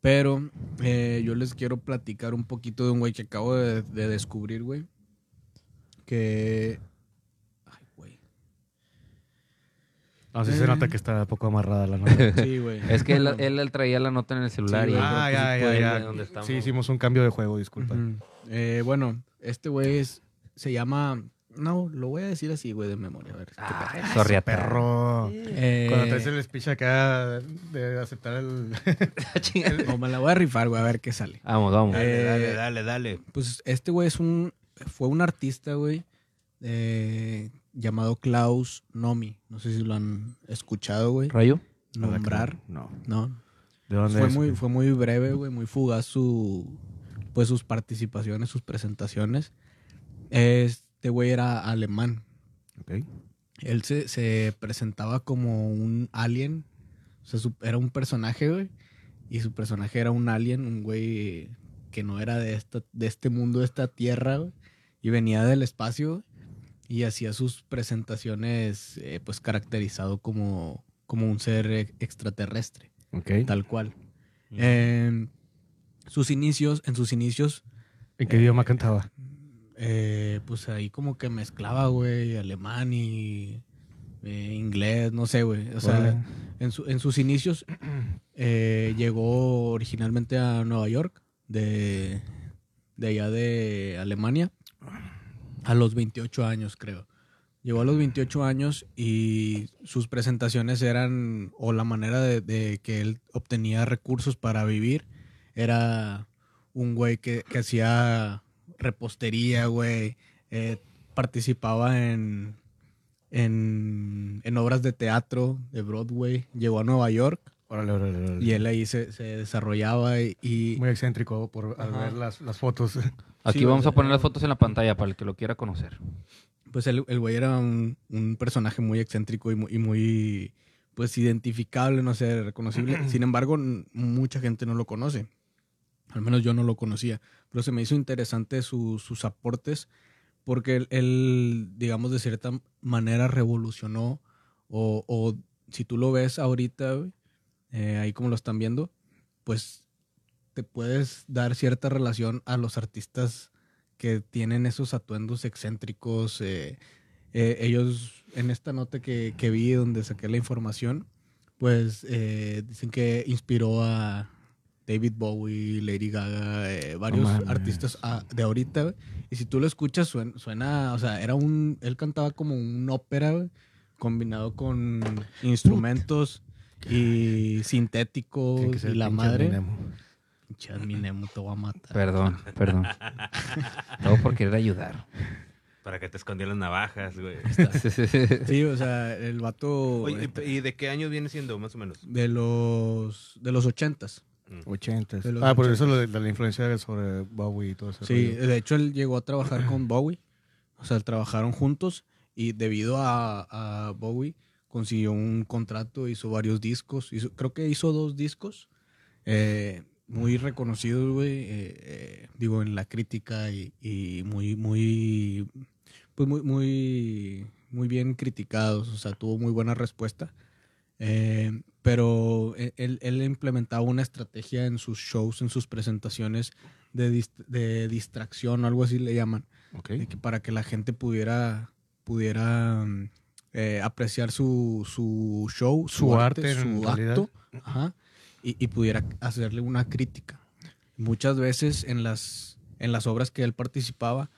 S4: Pero eh, yo les quiero platicar un poquito de un güey que acabo de, de descubrir, güey. Que... Ay, güey.
S1: No, sí
S4: Eh.
S1: se nota que está poco amarrada
S4: (laughs)
S1: la nota.
S4: Sí, güey.
S2: Es que él, él traía la nota en el celular.
S4: Sí,
S2: y
S4: güey.
S2: creo
S1: ah,
S2: que
S1: ya,
S2: sí
S1: ya,
S2: puede
S1: ya.
S2: ver dónde estamos.
S1: Sí, hicimos un cambio de juego, disculpa.
S4: Ujú. Eh, bueno, este güey es- se llama... No, lo voy a decir así, güey, de memoria. A ver. qué
S2: Ah,
S4: pedo.
S2: sorry,
S1: Perro.
S4: Eh,
S1: Cuando traes el speech acá de aceptar el...
S4: (laughs) no, me la voy a rifar, güey, a ver qué sale.
S2: Vamos, vamos.
S3: Dale,
S4: Eh,
S3: dale, dale, dale.
S4: Pues este güey es un. Fue un artista, güey. eh, llamado Klaus Nomi. No sé si lo han escuchado, güey.
S2: Rayo.
S4: Nombrar.
S1: No.
S4: No.
S1: ¿De dónde
S4: Fue
S1: es?
S4: muy, fue muy breve, güey. Muy fugaz su. Pues sus participaciones, sus presentaciones. Este güey era alemán.
S1: Ok.
S4: Él se, se presentaba como un alien. O sea, su- era un personaje, güey. Y su personaje era un alien, un güey que no era de, esta, de este mundo, de esta tierra, güey. Y venía del espacio, güey, Y hacía sus presentaciones, eh, pues caracterizado como, como un ser e- extraterrestre,
S1: Ok.
S4: tal cual. En sus inicios, en sus inicios,
S1: (laughs) ¿En qué idioma cantaba?
S4: eh, pues ahí como que mezclaba, güey, alemán y eh, inglés, no sé, güey. O sea,
S1: Órale.
S4: en, su- en sus inicios (clears throat) eh, llegó originalmente a Nueva York, de, de allá de Alemania, a los 28 años, creo. Llegó a los 28 años y sus presentaciones eran, o la manera de, de que él obtenía recursos para vivir, era un güey que, que hacía repostería, güey, eh, participaba en, en, en obras de teatro de Broadway, llegó a Nueva York
S1: Órale, órale, órale.
S4: y él ahí se, se desarrollaba y... y-
S1: Muy excéntrico por al
S4: Ajá.
S1: ver las, las fotos.
S2: Aquí
S4: Sí,
S2: vamos
S4: o
S2: a
S4: sea,
S2: poner
S4: era-
S2: las fotos en la pantalla para el que lo quiera conocer.
S4: Pues el, el güey era un, un personaje muy excéntrico y muy, y muy, pues identificable, no sé, reconocible. Sin embargo, n- mucha gente no lo conoce. Al menos yo no lo conocía. Pero se me hizo interesante su- sus aportes porque él, él, digamos, de cierta manera revolucionó o, o si tú lo ves ahorita, güey, eh, ahí como lo están viendo, pues te puedes dar cierta relación a los artistas que tienen esos atuendos excéntricos. eh, eh, ellos, en esta nota que, que vi donde saqué la información, pues eh, dicen que inspiró a David Bowie, Lady Gaga, eh, varios artistas ah, de ahorita, güey. Y si tú lo escuchas, suen- suena, o sea, era un, él cantaba como un ópera, güey, combinado con instrumentos y sintéticos
S1: Tiene que ser
S4: y la
S1: pinche
S4: madre.
S1: Nemo.
S4: Pinche Adminemo, te voy a matar.
S2: Perdón, (laughs) perdón. Todo por querer ayudar.
S3: Para que te escondieran las navajas,
S1: (laughs)
S3: güey.
S4: Sí, o sea, el vato
S3: Oye,
S4: este,
S3: ¿y y de qué año viene siendo, más o menos?
S4: de los de los ochentas.
S1: 80.
S4: De los
S1: (laughs) Ah, por
S4: 80s.
S1: eso lo de, de la influencia sobre Bowie y todo eso.
S4: Sí, de hecho él llegó a trabajar con Bowie. O sea, trabajaron juntos y debido a, a Bowie consiguió un contrato, hizo varios discos. hizo- creo que hizo dos discos eh, muy reconocidos, güey. eh, eh, digo, en la crítica y, y muy, muy, pues muy, muy, muy bien criticados. O sea, tuvo muy buena respuesta. Eh, pero e- él, él implementaba una estrategia en sus shows, en sus presentaciones de, dist- de distracción o algo así le llaman,
S1: Ok.
S4: de que para que la gente pudiera, pudiera mm, eh, apreciar su, su show, su,
S1: Su
S4: arte,
S1: arte, en
S4: su
S1: realidad.
S4: acto, ajá, y, y pudiera hacerle una crítica. Muchas veces en las, en las obras que él participaba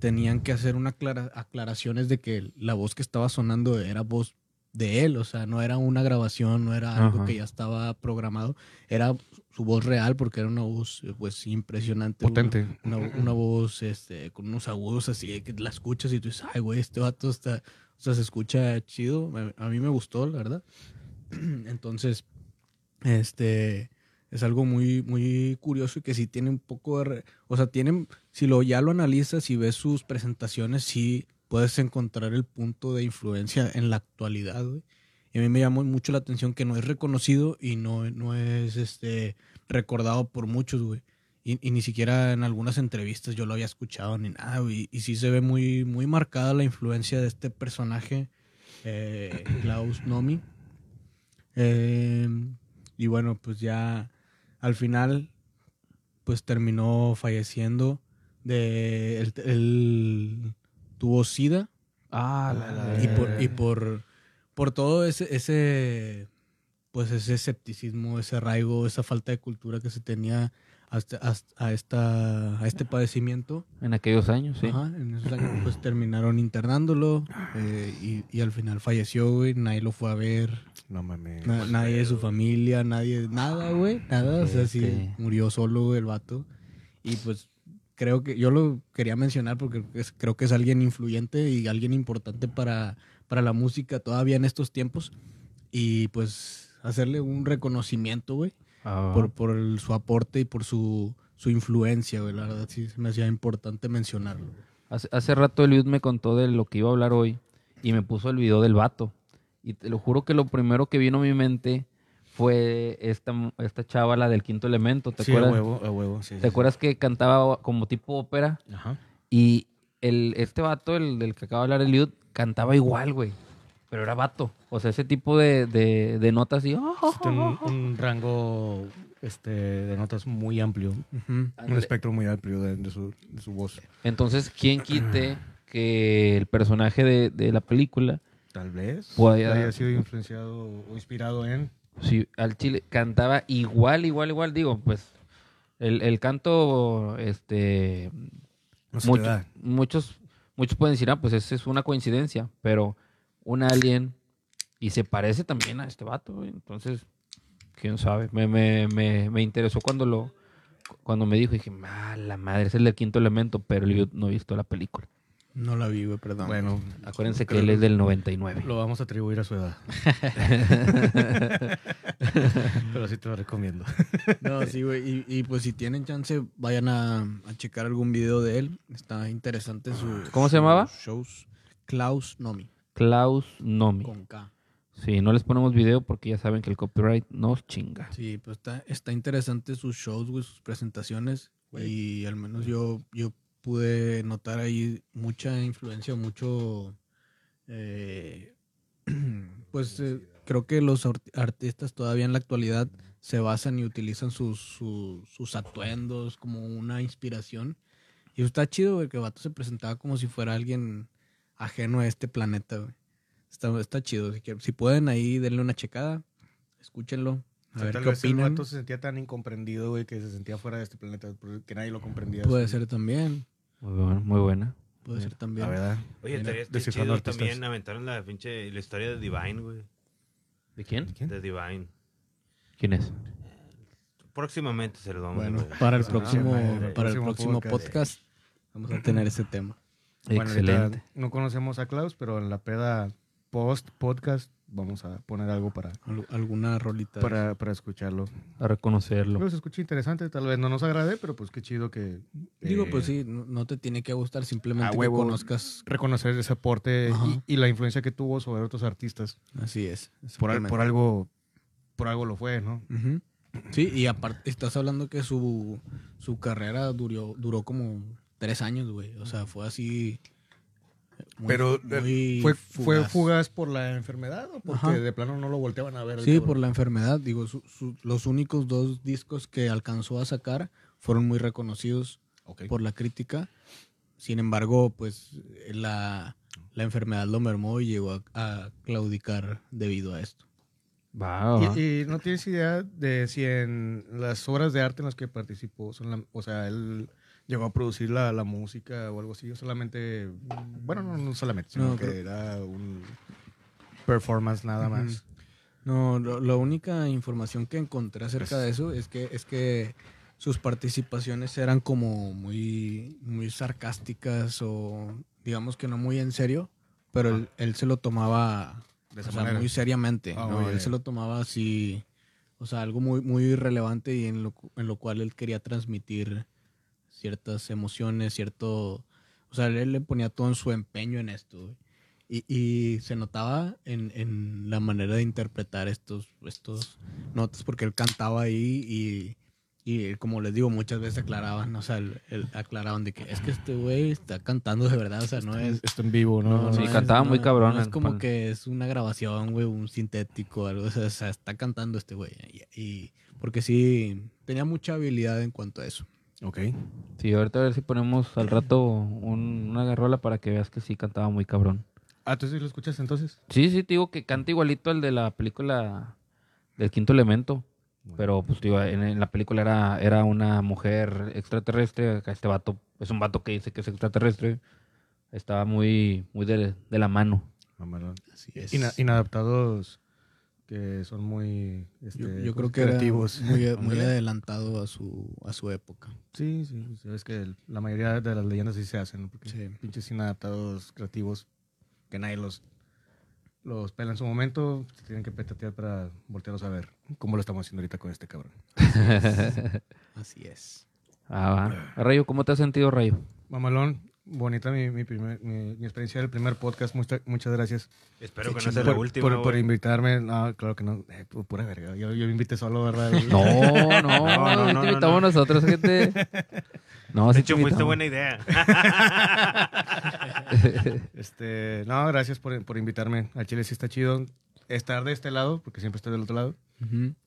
S4: tenían que hacer una aclara- aclaraciones de que la voz que estaba sonando era voz de él, o sea, no era una grabación, no era algo
S2: Ajá.
S4: que ya estaba programado, era su voz real porque era una voz eh, pues impresionante. güey.
S1: Potente.
S4: Una, una voz este, con unos agudos así de que la escuchas y tú dices, ay, güey, este vato está, o sea, se escucha chido. Me- A mí me gustó, la verdad. (clears throat) Entonces, este es algo muy, muy curioso y que sí tiene un poco de. re- o sea, tienen. Si lo, ya lo analizas y ves sus presentaciones, sí puedes encontrar el punto de influencia en la actualidad, güey. Y a mí me llamó mucho la atención que no es reconocido y no, no es este, recordado por muchos, güey. Y, y ni siquiera en algunas entrevistas yo lo había escuchado ni nada, güey. Y sí se ve muy, muy marcada la influencia de este personaje, eh, (coughs) Klaus Nomi. Eh, y bueno, pues ya al final, pues terminó falleciendo. De, él, él tuvo SIDA
S2: (laughs) Ah,
S4: y por, y por, por todo ese, ese, pues ese escepticismo, ese arraigo, esa falta de cultura que se tenía hasta, hasta- a, esta, a este padecimiento,
S2: En aquellos años, sí.
S4: ajá, en esos años, pues terminaron internándolo eh, y, y al final falleció, güey, nadie lo fue a ver,
S1: No mames.
S4: na- nadie de su familia, nadie, nada, güey, nada, o sea, sí,
S2: Fíjate.
S4: murió solo güey, el vato y pues... Creo que yo lo quería mencionar porque es- creo que es alguien influyente y alguien importante para, para la música todavía en estos tiempos y pues hacerle un reconocimiento, güey,
S2: Ah,
S4: por, por el- su aporte y por su, su influencia, güey. La verdad sí se me hacía importante mencionarlo.
S2: Hace, hace rato Eliud me contó de lo que iba a hablar hoy y me puso el video del vato. Y te lo juro que lo primero que vino a mi mente fue esta, mu- esta chava, la del quinto elemento. ¿Te
S1: Sí, a
S2: acuerdas?
S1: huevo, a huevo. Sí,
S2: ¿Te
S1: sí,
S2: acuerdas que cantaba como tipo ópera?
S1: sí. Ajá.
S2: Y el, este vato, el del que acaba de hablar Eliud, cantaba igual, güey. Pero era vato. O sea, ese tipo de, de, de notas y... "Oh, oh,
S1: Este,
S2: oh,
S1: un,
S2: oh".
S1: un rango este, de notas muy amplio. Un espectro muy amplio de, de su, de su voz.
S2: Entonces, ¿quién quite que el personaje de, de la película
S1: Tal vez.
S2: Puede-
S1: haya sido influenciado o inspirado en.
S2: Sí, al chile cantaba igual, igual, igual. Digo, pues el, el canto, este,
S1: No se te
S2: mucho-
S1: da.
S2: muchos, muchos pueden decir, ah, pues esa es una coincidencia, pero un alien y se parece también a este vato, güey. entonces, quién sabe. Me, me, me, me interesó cuando lo, cuando me dijo, dije, ah, la madre, es el del quinto elemento, pero yo no he visto la película.
S4: No la vi, güey, perdón.
S1: Bueno,
S2: Acuérdense que
S1: creo
S2: él es del 99.
S1: Lo vamos a atribuir a su edad. Pero sí te lo (laughs) recomiendo.
S4: No, sí, güey. Y, y, pues si tienen chance, vayan a, a checar algún video de él. Está interesante su...
S2: ¿Cómo se llamaba?
S4: sus Shows. Klaus Nomi,
S2: (laughs) Klaus Nomi.
S4: con K.
S2: Sí, no les ponemos video porque ya saben que el copyright nos chinga.
S4: Sí, pues está, está interesante sus shows, güey, sus presentaciones. Y al menos yo, yo pude notar ahí mucha influencia, mucho... eh, (clears throat) pues eh, creo que los art- artistas todavía en la actualidad se basan y utilizan sus, su- sus atuendos como una inspiración. Y eso está chido, güey, que el Vato se presentaba como si fuera alguien ajeno a este planeta, güey. Está, está chido. Si, quieren- si pueden ahí, denle una checada, escúchenlo. A
S1: O sea,
S4: ver
S1: tal
S4: qué
S1: vez el
S4: opinan.
S1: vato se sentía tan incomprendido, güey, que se sentía fuera de este planeta, que nadie lo comprendía.
S4: Puede
S1: así.
S4: ser también.
S2: Muy buena. Muy buena.
S4: Puede ser también.
S1: La verdad.
S4: Mira,
S3: Oye, estaría estaría
S1: descifrando
S3: chido
S1: artistas.
S3: también aventaron la pinche la historia de Divine, güey.
S2: ¿De quién?
S1: ¿Quién?
S3: De Divine.
S2: ¿Quién es?
S3: Próximamente se lo vamos
S1: Bueno.
S3: a
S4: Para el
S1: Ah,
S4: próximo,
S1: madre, el
S4: para Pues el próximo
S1: próximo
S4: podcast vamos a tener ese tema.
S1: Bueno, ahorita
S2: Excelente.
S1: no conocemos a Klaus, pero en la peda post-podcast vamos a poner algo para,
S4: Al- alguna rolita. de
S1: para, para escucharlo.
S2: A reconocerlo.
S1: Pues, se escucha interesante, tal vez no nos agrade, pero pues qué chido que...
S4: Digo,
S1: eh,
S4: pues sí, no, no te tiene que gustar,
S1: a
S4: simplemente que
S1: huevo.
S4: conozcas.
S1: Reconocer ese aporte
S4: Ajá.
S1: y, y la influencia que tuvo sobre otros artistas.
S4: Así es.
S1: Por, al- por
S4: exactamente.
S1: algo por algo lo fue, ¿no?
S4: Ujú. Sí, y aparte, estás hablando que su, su carrera duró, duró como tres años, güey. O sea, fue así. muy-
S1: Pero eh,
S4: muy
S1: ¿Fue, ¿Fue
S4: fugaz.
S1: fugaz por la enfermedad o porque
S4: Ajá.
S1: de plano no lo volteaban a ver? al
S4: Sí,
S1: cabrón?
S4: por la enfermedad. Digo, su- su- los únicos dos discos que alcanzó a sacar fueron muy reconocidos
S1: Ok.
S4: por la crítica. Sin embargo, pues la, la enfermedad lo mermó y llegó a, a claudicar debido a esto.
S2: Va, va.
S1: Y, y no tienes idea de si en las obras de arte en las que participó, son la- o sea, él llegó a producir la, la música o algo así, o solamente, bueno, no, no solamente, sino
S4: No,
S1: que
S4: creo-
S1: era un performance nada
S4: Ujú.
S1: más.
S4: No, lo- la única información que encontré acerca de eso es que, es que sus participaciones eran como muy, muy sarcásticas o digamos que no muy en serio, pero él, él se lo tomaba
S1: De esa
S4: o sea,
S1: manera.
S4: muy seriamente.
S1: Ah,
S4: ¿no?
S1: muy bien.
S4: Él se lo tomaba así, o sea, algo muy, muy relevante y en lo, cu- en lo cual él quería transmitir ciertas emociones, cierto... O sea, él le ponía todo en su empeño en esto. güey. Y, y se notaba en, en la manera de interpretar estos, estos notas, porque él cantaba ahí y, y como les digo, muchas veces aclaraban, o sea, el- el- aclaraban de que es que este güey está cantando de verdad, o sea, no es...
S1: Está en vivo,
S4: No, no
S2: Sí,
S4: es-
S2: cantaba muy
S4: no-
S2: cabrón,
S4: no es
S2: el
S4: como
S2: pan.
S4: que es una grabación, güey, un sintético, algo, o sea, o sea, está cantando este güey. Y, y- porque sí, tenía mucha habilidad en cuanto a eso.
S1: Ok.
S2: Sí, ahorita a ver si ponemos al rato un- una garrola para que veas que sí cantaba muy cabrón.
S1: Ah, ¿tú sí lo escuchas entonces?
S2: Sí, sí, te digo que canta igualito al de la película del quinto elemento. Pero, pues, te digo, en, en la película era, era una mujer extraterrestre. Acá este vato es un vato que dice que es extraterrestre. Estaba muy, muy de, de la mano.
S1: Mamalón.
S4: Así es.
S1: Ina- inadaptados que son muy este,
S4: Yo, yo creo que era
S1: creativos.
S4: muy, muy
S1: Ándale.
S4: adelantado a su, a su época.
S1: Sí, sí, pues, ya ves que el- la mayoría de las leyendas sí se hacen, ¿no? porque
S4: Sí.
S1: pinches inadaptados creativos que nadie los, los pela en su momento, se tienen que petatear para voltearlos a ver, como lo estamos haciendo ahorita con este cabrón.
S4: Así es.
S2: Ah, va. Rayo, ¿cómo te has sentido, Rayo?
S1: Mamalón, bonita mi, mi, primer- mi- mi experiencia del primer podcast, mucha- muchas gracias
S3: Espero
S4: Qué
S3: que no sea
S1: por,
S3: la última.
S1: por- por
S3: güey.
S1: invitarme. No, claro que no, eh, pu- pura verga, yo, yo me invité solo, ¿verdad?
S2: No, no, no,
S3: (laughs) no, no,
S2: te
S3: no,
S2: invitamos
S3: no.
S2: nosotros,
S3: (laughs)
S2: gente. No,
S3: de
S2: sí te
S3: hecho, fuiste
S2: invitamos.
S3: buena idea.
S1: Este, no, gracias por, por invitarme, al Chile sí está chido estar de este lado, porque siempre estoy del otro lado.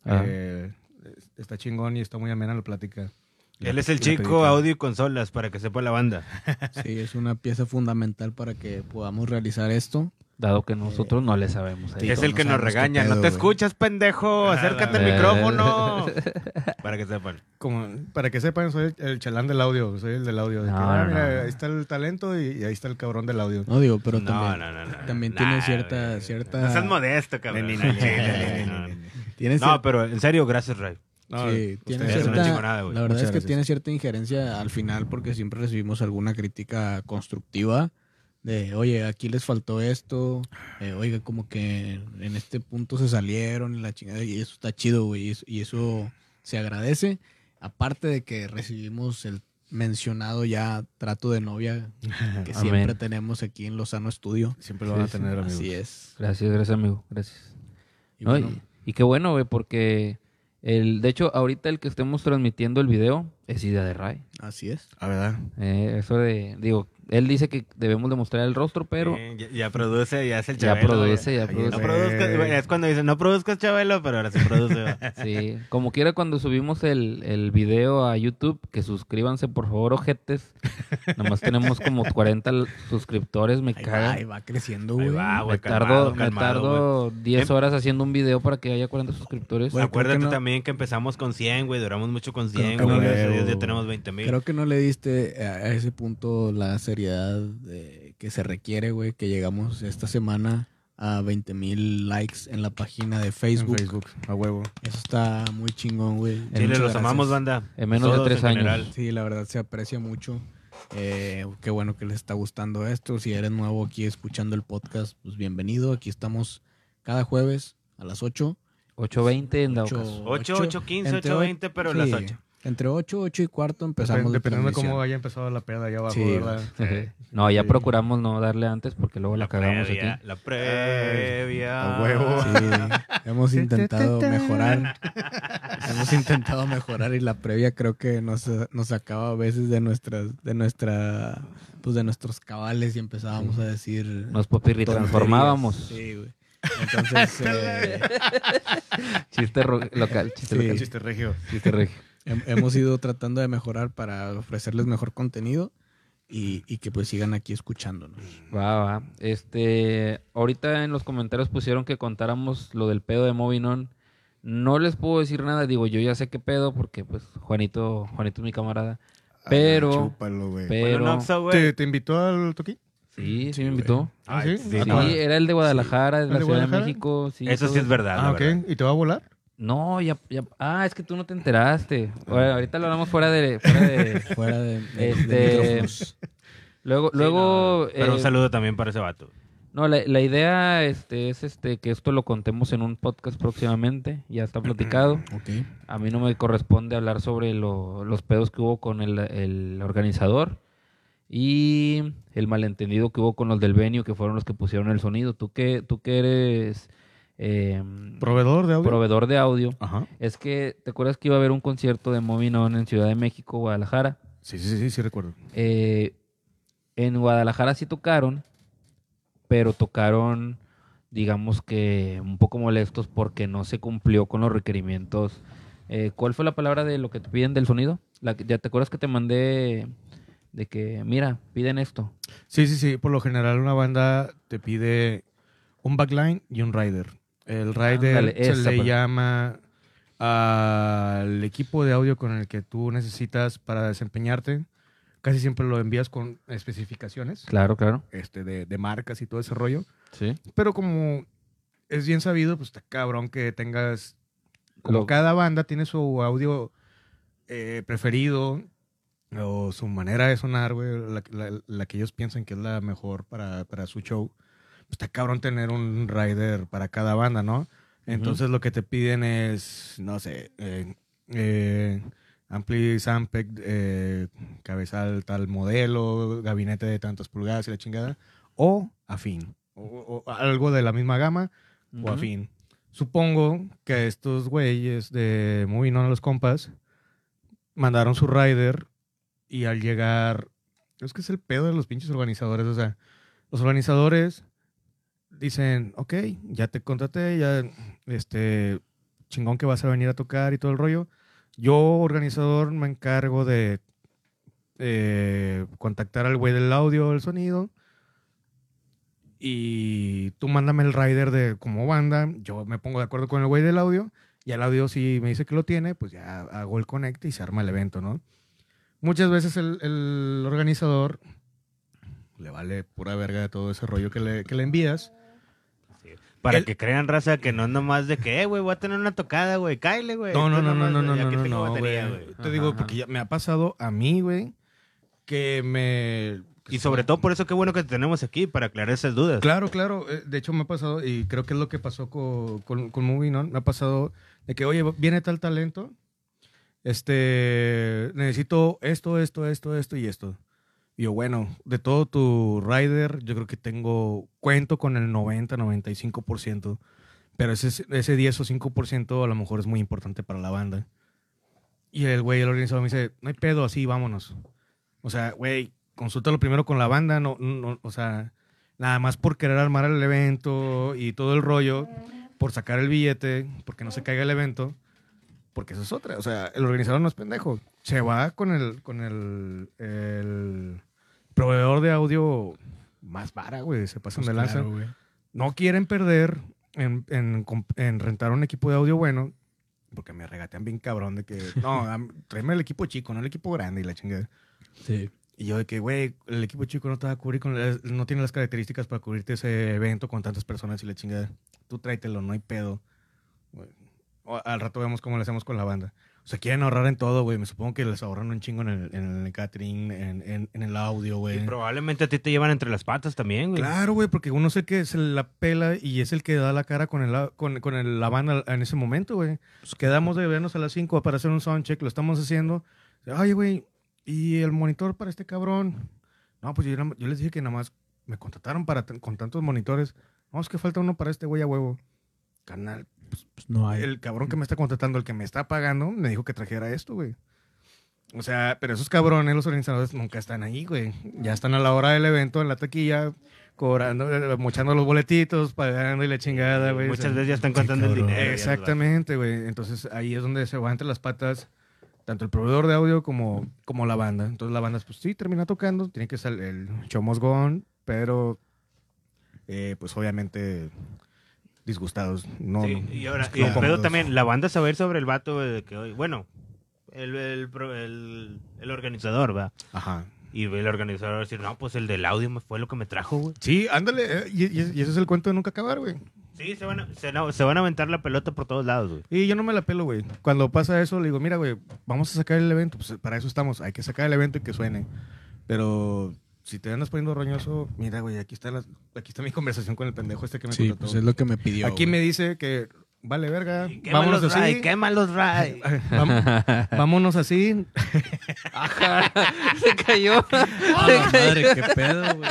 S2: Ah.
S1: Eh, es- está chingón y está muy amena la plática.
S3: (laughs) Él es el
S1: La
S3: chico
S1: pedita.
S3: audio y consolas, para que sepa la banda.
S4: (laughs) Sí, es una pieza fundamental para que podamos realizar esto.
S2: Dado que nosotros no le sabemos. a
S4: Sí,
S2: esto.
S3: es el
S4: no
S3: que nos
S4: sabemos qué
S3: regaña.
S4: pedo,
S3: no te
S4: güey.
S3: escuchas, pendejo. Acércate al
S2: Eh.
S4: (laughs)
S3: micrófono. para que sepan.
S1: Como, para que sepan, soy el, el chalán del audio. Soy el del audio. de
S2: No,
S1: que, ah,
S2: no,
S1: mira,
S2: no, no.
S1: Ahí está el talento y, y ahí está el cabrón del audio.
S4: No digo, pero
S3: no,
S4: también,
S3: no, no, no.
S4: también
S3: Nah,
S4: tiene
S3: güey.
S4: cierta... cierta
S3: No seas modesto, cabrón.
S1: Ni, ni,
S3: Al
S1: ni,
S3: chile,
S1: ni,
S3: no,
S1: ni,
S3: no.
S1: ni, ni.
S4: tiene
S3: No, pero en serio, gracias, Ray.
S1: No,
S4: sí, tiene
S1: ustedes
S3: es una
S4: cierta-
S3: chingonada, güey.
S4: la verdad
S1: Muchas
S4: es que
S1: gracias.
S4: tiene cierta injerencia al final porque siempre recibimos alguna crítica constructiva de, oye, aquí les faltó esto, eh, oiga, como que en este punto se salieron y la chingada, y eso está chido, güey, y eso, y eso se agradece. Aparte de que recibimos el mencionado ya trato de
S1: (laughs)
S4: novia que
S2: Amén.
S4: siempre tenemos aquí en Lozano Estudio.
S1: Siempre lo van a tener, amigos.
S4: Así es.
S2: Gracias, gracias, amigo. Gracias.
S4: Y
S2: No, Y,
S4: bueno,
S2: y qué bueno, güey, porque el, de hecho, ahorita el que estemos transmitiendo el video es idea de Ray.
S4: así es.
S1: Ah, ¿verdad?
S2: Eh, eso de, digo, Él dice que debemos demostrar el rostro, pero
S3: Sí, ya, ya produce, ya es el
S2: ya
S3: Chabelo,
S2: produce, ya
S1: Ahí
S3: güey. No
S2: produce.
S1: está.
S3: produzcas- es cuando dicen, no produzcas Chabelo, pero ahora sí produce.
S4: (laughs)
S3: güey.
S2: Sí, como quiera cuando subimos el, el video a YouTube, que suscríbanse por favor, ojetes. Nomás tenemos como 40 l- suscriptores, me
S4: Ahí va, ahí
S2: cagan.
S4: va creciendo,
S3: Ahí
S4: güey.
S3: va, güey,
S2: me
S3: calmado,
S2: tardo, me
S3: calmado,
S2: tardo
S3: güey.
S2: 10
S3: Em-
S2: horas haciendo un video para que haya 40 suscriptores.
S4: Güey, creo
S3: Acuérdate
S4: que no-
S3: también que empezamos con 100, güey, duramos mucho con
S4: Creo que
S3: 100,
S4: no
S3: güey,
S4: le-
S3: gracias a Dios ya tenemos 20 mil.
S4: Creo que no le diste a a ese punto la seriedad eh, que se requiere, güey, que llegamos esta semana a 20 mil likes en la página de Facebook.
S1: En Facebook, a huevo.
S4: Eso está muy chingón, güey.
S3: Chile,
S4: Muchas
S3: los
S4: gracias.
S3: amamos, banda.
S2: En menos de
S3: Todos
S2: tres
S3: en
S2: años.
S3: general.
S4: Sí, la verdad se aprecia mucho. Eh, qué bueno que les está gustando esto. Si eres nuevo aquí escuchando el podcast, pues bienvenido. Aquí estamos cada jueves a las 8.
S2: 8.20 en dado
S4: Ocho-
S2: caso.
S3: Ocho,
S4: ocho,
S3: ocho quince,
S4: entre
S3: ocho
S4: o-
S3: veinte, pero
S4: sí,
S3: las ocho.
S4: Entre 8, 8 y cuarto empezamos.
S1: Depen-
S4: la
S1: Dependiendo de
S4: transmisión.
S1: cómo haya empezado la peda allá abajo,
S4: Sí,
S1: ¿verdad?
S2: No, ya procuramos no darle antes porque luego la, cagamos
S3: previa,
S2: aquí.
S3: La previa.
S1: A huevo.
S4: Sí, hemos intentado
S1: (laughs)
S4: mejorar. hemos intentado mejorar y la previa creo que nos, nos sacaba a veces de nuestras, de nuestra, pues de nuestros cabales y empezábamos a decir.
S2: Nos popirri
S4: tonterías.
S2: transformábamos.
S4: Sí, güey.
S1: (laughs)
S4: Entonces, eh,
S2: Chiste ro- local, chiste
S4: Sí.
S1: El
S2: local,
S1: chiste regio.
S2: chiste regio.
S4: hem- hemos ido tratando de mejorar para ofrecerles mejor contenido y, y que pues sigan aquí escuchándonos.
S2: Va, va. Este, ahorita en los comentarios pusieron que contáramos lo del pedo de Movinon. No les puedo decir nada, digo, yo ya sé qué pedo porque pues Juanito, Juanito es mi camarada. Pero-
S7: Ah, chúpalo, güey.
S3: Bueno,
S2: Pero
S3: no, so, güey.
S1: ¿Te, te invitó al toquín?
S2: sí, sí
S4: Sí,
S2: me invitó.
S1: Ah,
S3: Ay,
S1: sí.
S3: sí,
S1: Ah,
S2: Sí,
S1: cuál?
S2: era el de Guadalajara, de
S1: ¿El
S2: la
S1: de
S2: Ciudad
S1: Guadalajara?
S2: de México, sí.
S3: Eso
S2: todo
S3: sí es verdad. la
S1: Ah, ok.
S3: verdad.
S1: ¿Y te va a volar?
S2: No, ya, ya- ah, es que tú no te enteraste.
S3: Ah.
S2: Bueno, ahorita lo hablamos fuera de, fuera
S3: (laughs)
S2: de-
S4: Fuera de, de- de
S2: Este,
S4: micrófonos.
S2: luego,
S3: Sí,
S2: luego,
S3: no, pero un
S2: eh,
S3: saludo también para ese vato.
S2: No, la, la idea este, es este, que esto lo contemos en un podcast próximamente. Ya está
S3: (clears throat)
S2: platicado.
S4: Ok.
S2: A mí no me corresponde hablar sobre lo- los pedos que hubo con el, el organizador y el malentendido que hubo con los del venio, que fueron los que pusieron el sonido. Tú que, tú que eres eh,
S1: ¿Proveedor de audio?
S2: proveedor de audio,
S1: Ajá.
S2: es que te acuerdas que iba a haber un concierto de Movinon en Ciudad de México, Guadalajara.
S1: Sí, sí, sí, sí, recuerdo.
S2: Eh, en Guadalajara sí tocaron, pero tocaron, digamos que un poco molestos porque no se cumplió con los requerimientos. Eh, ¿Cuál fue la palabra de lo que te piden del sonido? La que- ¿Ya te acuerdas que te mandé de que, mira, piden esto?
S1: Sí, sí, sí. Por lo general, una banda te pide un backline y un rider. El rider
S2: Ándale,
S1: se
S2: esa,
S1: le
S2: pues.
S1: llama al equipo de audio con el que tú necesitas para desempeñarte. Casi siempre lo envías con especificaciones
S2: Claro, claro.
S1: este, de, de marcas y todo ese rollo.
S2: Sí.
S1: Pero como es bien sabido, pues está cabrón que tengas. Como
S2: Lo-
S1: cada banda tiene su audio eh, preferido o su manera de sonar, güey, la, la- la que ellos piensan que es la mejor para, para su show. Pues está cabrón tener un rider para cada banda, ¿no? Entonces lo que te piden es, no sé, eh, eh, Ampli Sampec, eh, cabezal tal modelo, gabinete de tantas pulgadas y la chingada, o afín, o, o algo de la misma gama, o afín. Supongo que estos güeyes de Movie No los compas mandaron su rider y al llegar, es que es el pedo de los pinches organizadores, o sea, los organizadores dicen, ok, ya te contraté, ya, este, chingón que vas a venir a tocar y todo el rollo. Yo, organizador, me encargo de eh, contactar al güey del audio, del sonido. Y tú mándame el rider de como banda. Yo me pongo de acuerdo con el güey del audio. Y el audio, si me dice que lo tiene, pues ya hago el connect y se arma el evento, ¿no? Muchas veces el, el organizador le vale pura verga de todo ese rollo que le, que le envías.
S3: Para
S1: El-
S3: que crean, raza, que no es nomás de que, eh, güey, voy a tener una tocada, güey. Cáele, güey.
S1: Eh, No, no,
S3: Esto
S1: no, no,
S3: nomás,
S1: no,
S3: güey,
S1: no,
S3: ya
S1: no,
S3: que
S1: no,
S3: tengo
S1: no,
S3: batería,
S1: güey.
S3: güey.
S1: Te digo, porque ya me ha pasado a mí, güey, que me...
S3: Y sobre todo por eso qué bueno que te tenemos aquí, para aclarar esas dudas.
S1: Claro, claro. eh, De hecho, me ha pasado, y creo que es lo que pasó co- con, con, Movie, ¿no? Me ha pasado de que, oye, viene tal talento, este, necesito esto, esto, esto, esto y esto. Y yo, bueno, de todo tu rider, yo creo que tengo, cuento con el 90, 95%, pero ese, ese 10 o 5% a lo mejor es muy importante para la banda. Y el güey, el organizador me dice, no hay pedo, así, vámonos. O sea, güey, consúltalo primero con la banda, no, no, o sea, nada más por querer armar el evento y todo el rollo, por sacar el billete, porque no se caiga el evento, porque eso es otra, o sea, el organizador no es pendejo, se va con el, con el, el proveedor de audio más vara, güey, se pasan
S6: Pues
S1: de lanza.
S6: claro, güey.
S1: No quieren perder en, en comp- en rentar un equipo de audio bueno, porque me regatean bien cabrón de que, no, (laughs) dame- tráeme el equipo chico, no el equipo grande y la chingada.
S4: Sí.
S1: Y yo de que, güey, el equipo chico no te va a cubrir, con las- no tiene las características para cubrirte ese evento con tantas personas y la chingada. Tú tráetelo, no hay pedo. Güey. O- al rato vemos cómo lo hacemos con la banda. O sea, quieren ahorrar en todo, güey. Me supongo que les ahorran un chingo en el, en el catering, en, en- en el audio,
S3: Y
S1: güey.
S3: probablemente a ti te llevan entre las patas también, güey.
S1: Claro, güey, porque uno es el que se la pela y es el que da la cara con, el, a- con, con el- la banda en ese momento, güey. Pues quedamos de vernos a las 5 para hacer un soundcheck, lo estamos haciendo. Ay, güey, ¿y el monitor para este cabrón? No, pues yo, nada- yo les dije que nada más me contrataron para tan- con tantos monitores. No, es que falta uno para este güey a huevo. Canal,
S4: Pues no hay.
S1: el cabrón que me está contratando, el que me está pagando, me dijo que trajera esto, güey. O sea, pero esos cabrones, los organizadores, nunca están ahí, güey. Ya están a la hora del evento, en la taquilla, cobrando, eh, mochando los boletitos, pagando y la chingada, güey. O
S3: Eh, Muchas
S1: sea,
S3: veces ya están contando el
S6: cabrón.
S3: dinero. ya,
S1: Exactamente, güey. Entonces ahí es donde se va entre las patas tanto el proveedor de audio como, como la banda. Entonces la banda, pues sí, termina tocando, tiene que salir el show must go on, pero eh, pues obviamente disgustados. No,
S3: Sí,
S1: no,
S3: y ahora,
S1: no
S3: y el pedo
S1: cómodos.
S3: también, la banda saber sobre el vato güey, de que, oye, bueno, el, el, pro- el- el organizador, va.
S1: Ajá.
S3: Y el organizador va a decir, no, pues el del audio me- fue lo que me trajo, güey.
S1: Sí, ándale. eh, Y, y- y ese es el cuento de nunca acabar, güey.
S3: Sí, se van, a, se, no, se van a aventar la pelota por todos lados, güey.
S1: Y yo no me la pelo, güey. Cuando pasa eso, le digo, mira, güey, vamos a sacar el evento. Pues para eso estamos. Hay que sacar el evento y que suene. Pero si te andas poniendo roñoso, mira, güey, aquí está, la- aquí está mi conversación con el pendejo este que me
S4: Sí,
S1: contrató.
S4: pues es lo que me pidió.
S1: aquí me
S4: güey.
S1: dice que vale verga.
S3: Quema
S1: Vámonos
S3: los
S1: así.
S3: Ray, quema los
S1: (laughs)
S3: Ray.
S1: Vam-
S4: (laughs)
S1: Vámonos así.
S2: Ajá, se (laughs) cayó.
S4: Ah, la madre, qué pedo, güey.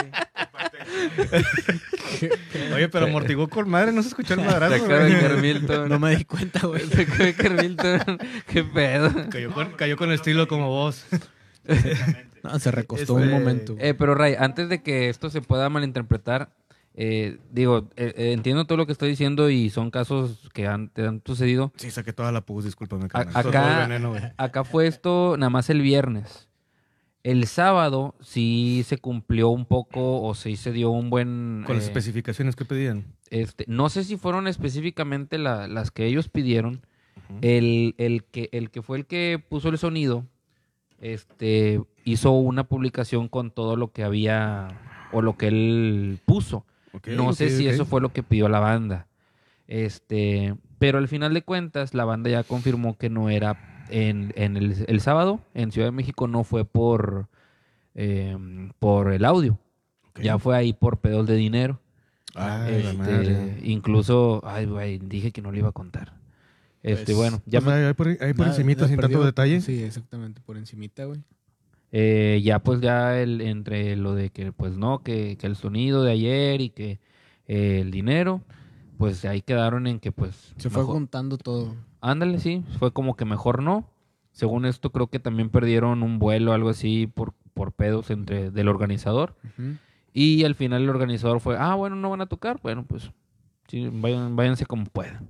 S4: Qué pedo.
S1: Oye, pero amortiguó con madre, no se escuchó
S4: (laughs)
S1: el
S2: Se
S1: madrazo.
S2: acaba de
S1: güey.
S2: caer Milton.
S4: No me di
S2: (laughs)
S4: cuenta, güey.
S2: Se acaba de caer Milton. Qué pedo.
S1: Cayó con, cayó con estilo como vos.
S4: No, se recostó un
S1: Este,
S4: momento.
S2: Eh, pero Ray, antes de que esto se pueda malinterpretar, eh, digo, eh, eh, entiendo todo lo que estoy diciendo y son casos que han, te han sucedido.
S1: Sí, saqué toda la pus, discúlpame.
S2: A-
S1: carnal. Todo
S2: acá-
S1: el veneno, güey.
S2: Acá fue esto nada más el viernes. El sábado sí se cumplió un poco o sí se dio un buen...
S1: Con las
S2: eh,
S1: especificaciones que pedían.
S2: este, no sé si fueron específicamente la- las que ellos pidieron. el, el que, el que fue el que puso el sonido, este, hizo una publicación con todo lo que había o lo que él puso. no sé si eso fue lo que pidió la banda. Este, pero al final de cuentas, la banda ya confirmó que no era en, en el, el sábado, en Ciudad de México, no fue por, eh, por el audio. Ya fue ahí por pedos de dinero.
S1: Ay, la
S2: Este,
S1: madre.
S2: incluso, ay, güey, dije que no le iba a contar. Este,
S4: Pues,
S2: bueno, ya,
S1: O sea, ahí por, ahí por
S4: Nada,
S1: encimita,
S4: la
S1: sin tanto
S4: perdió.
S1: detalle.
S4: Sí, exactamente, por encimita, güey.
S2: eh, ya pues ya el, entre lo de que pues no, que, que el sonido de ayer y que eh, el dinero, pues ahí quedaron en que pues...
S4: Se fue
S2: mejor-
S4: juntando todo.
S2: Ándale, sí, fue como que mejor no. Según esto creo que también perdieron un vuelo, algo así, por, por pedos entre del organizador.
S4: Ujú.
S2: Y al final el organizador fue, ah, bueno, no van a tocar, bueno, pues sí, vayan, váyanse como puedan.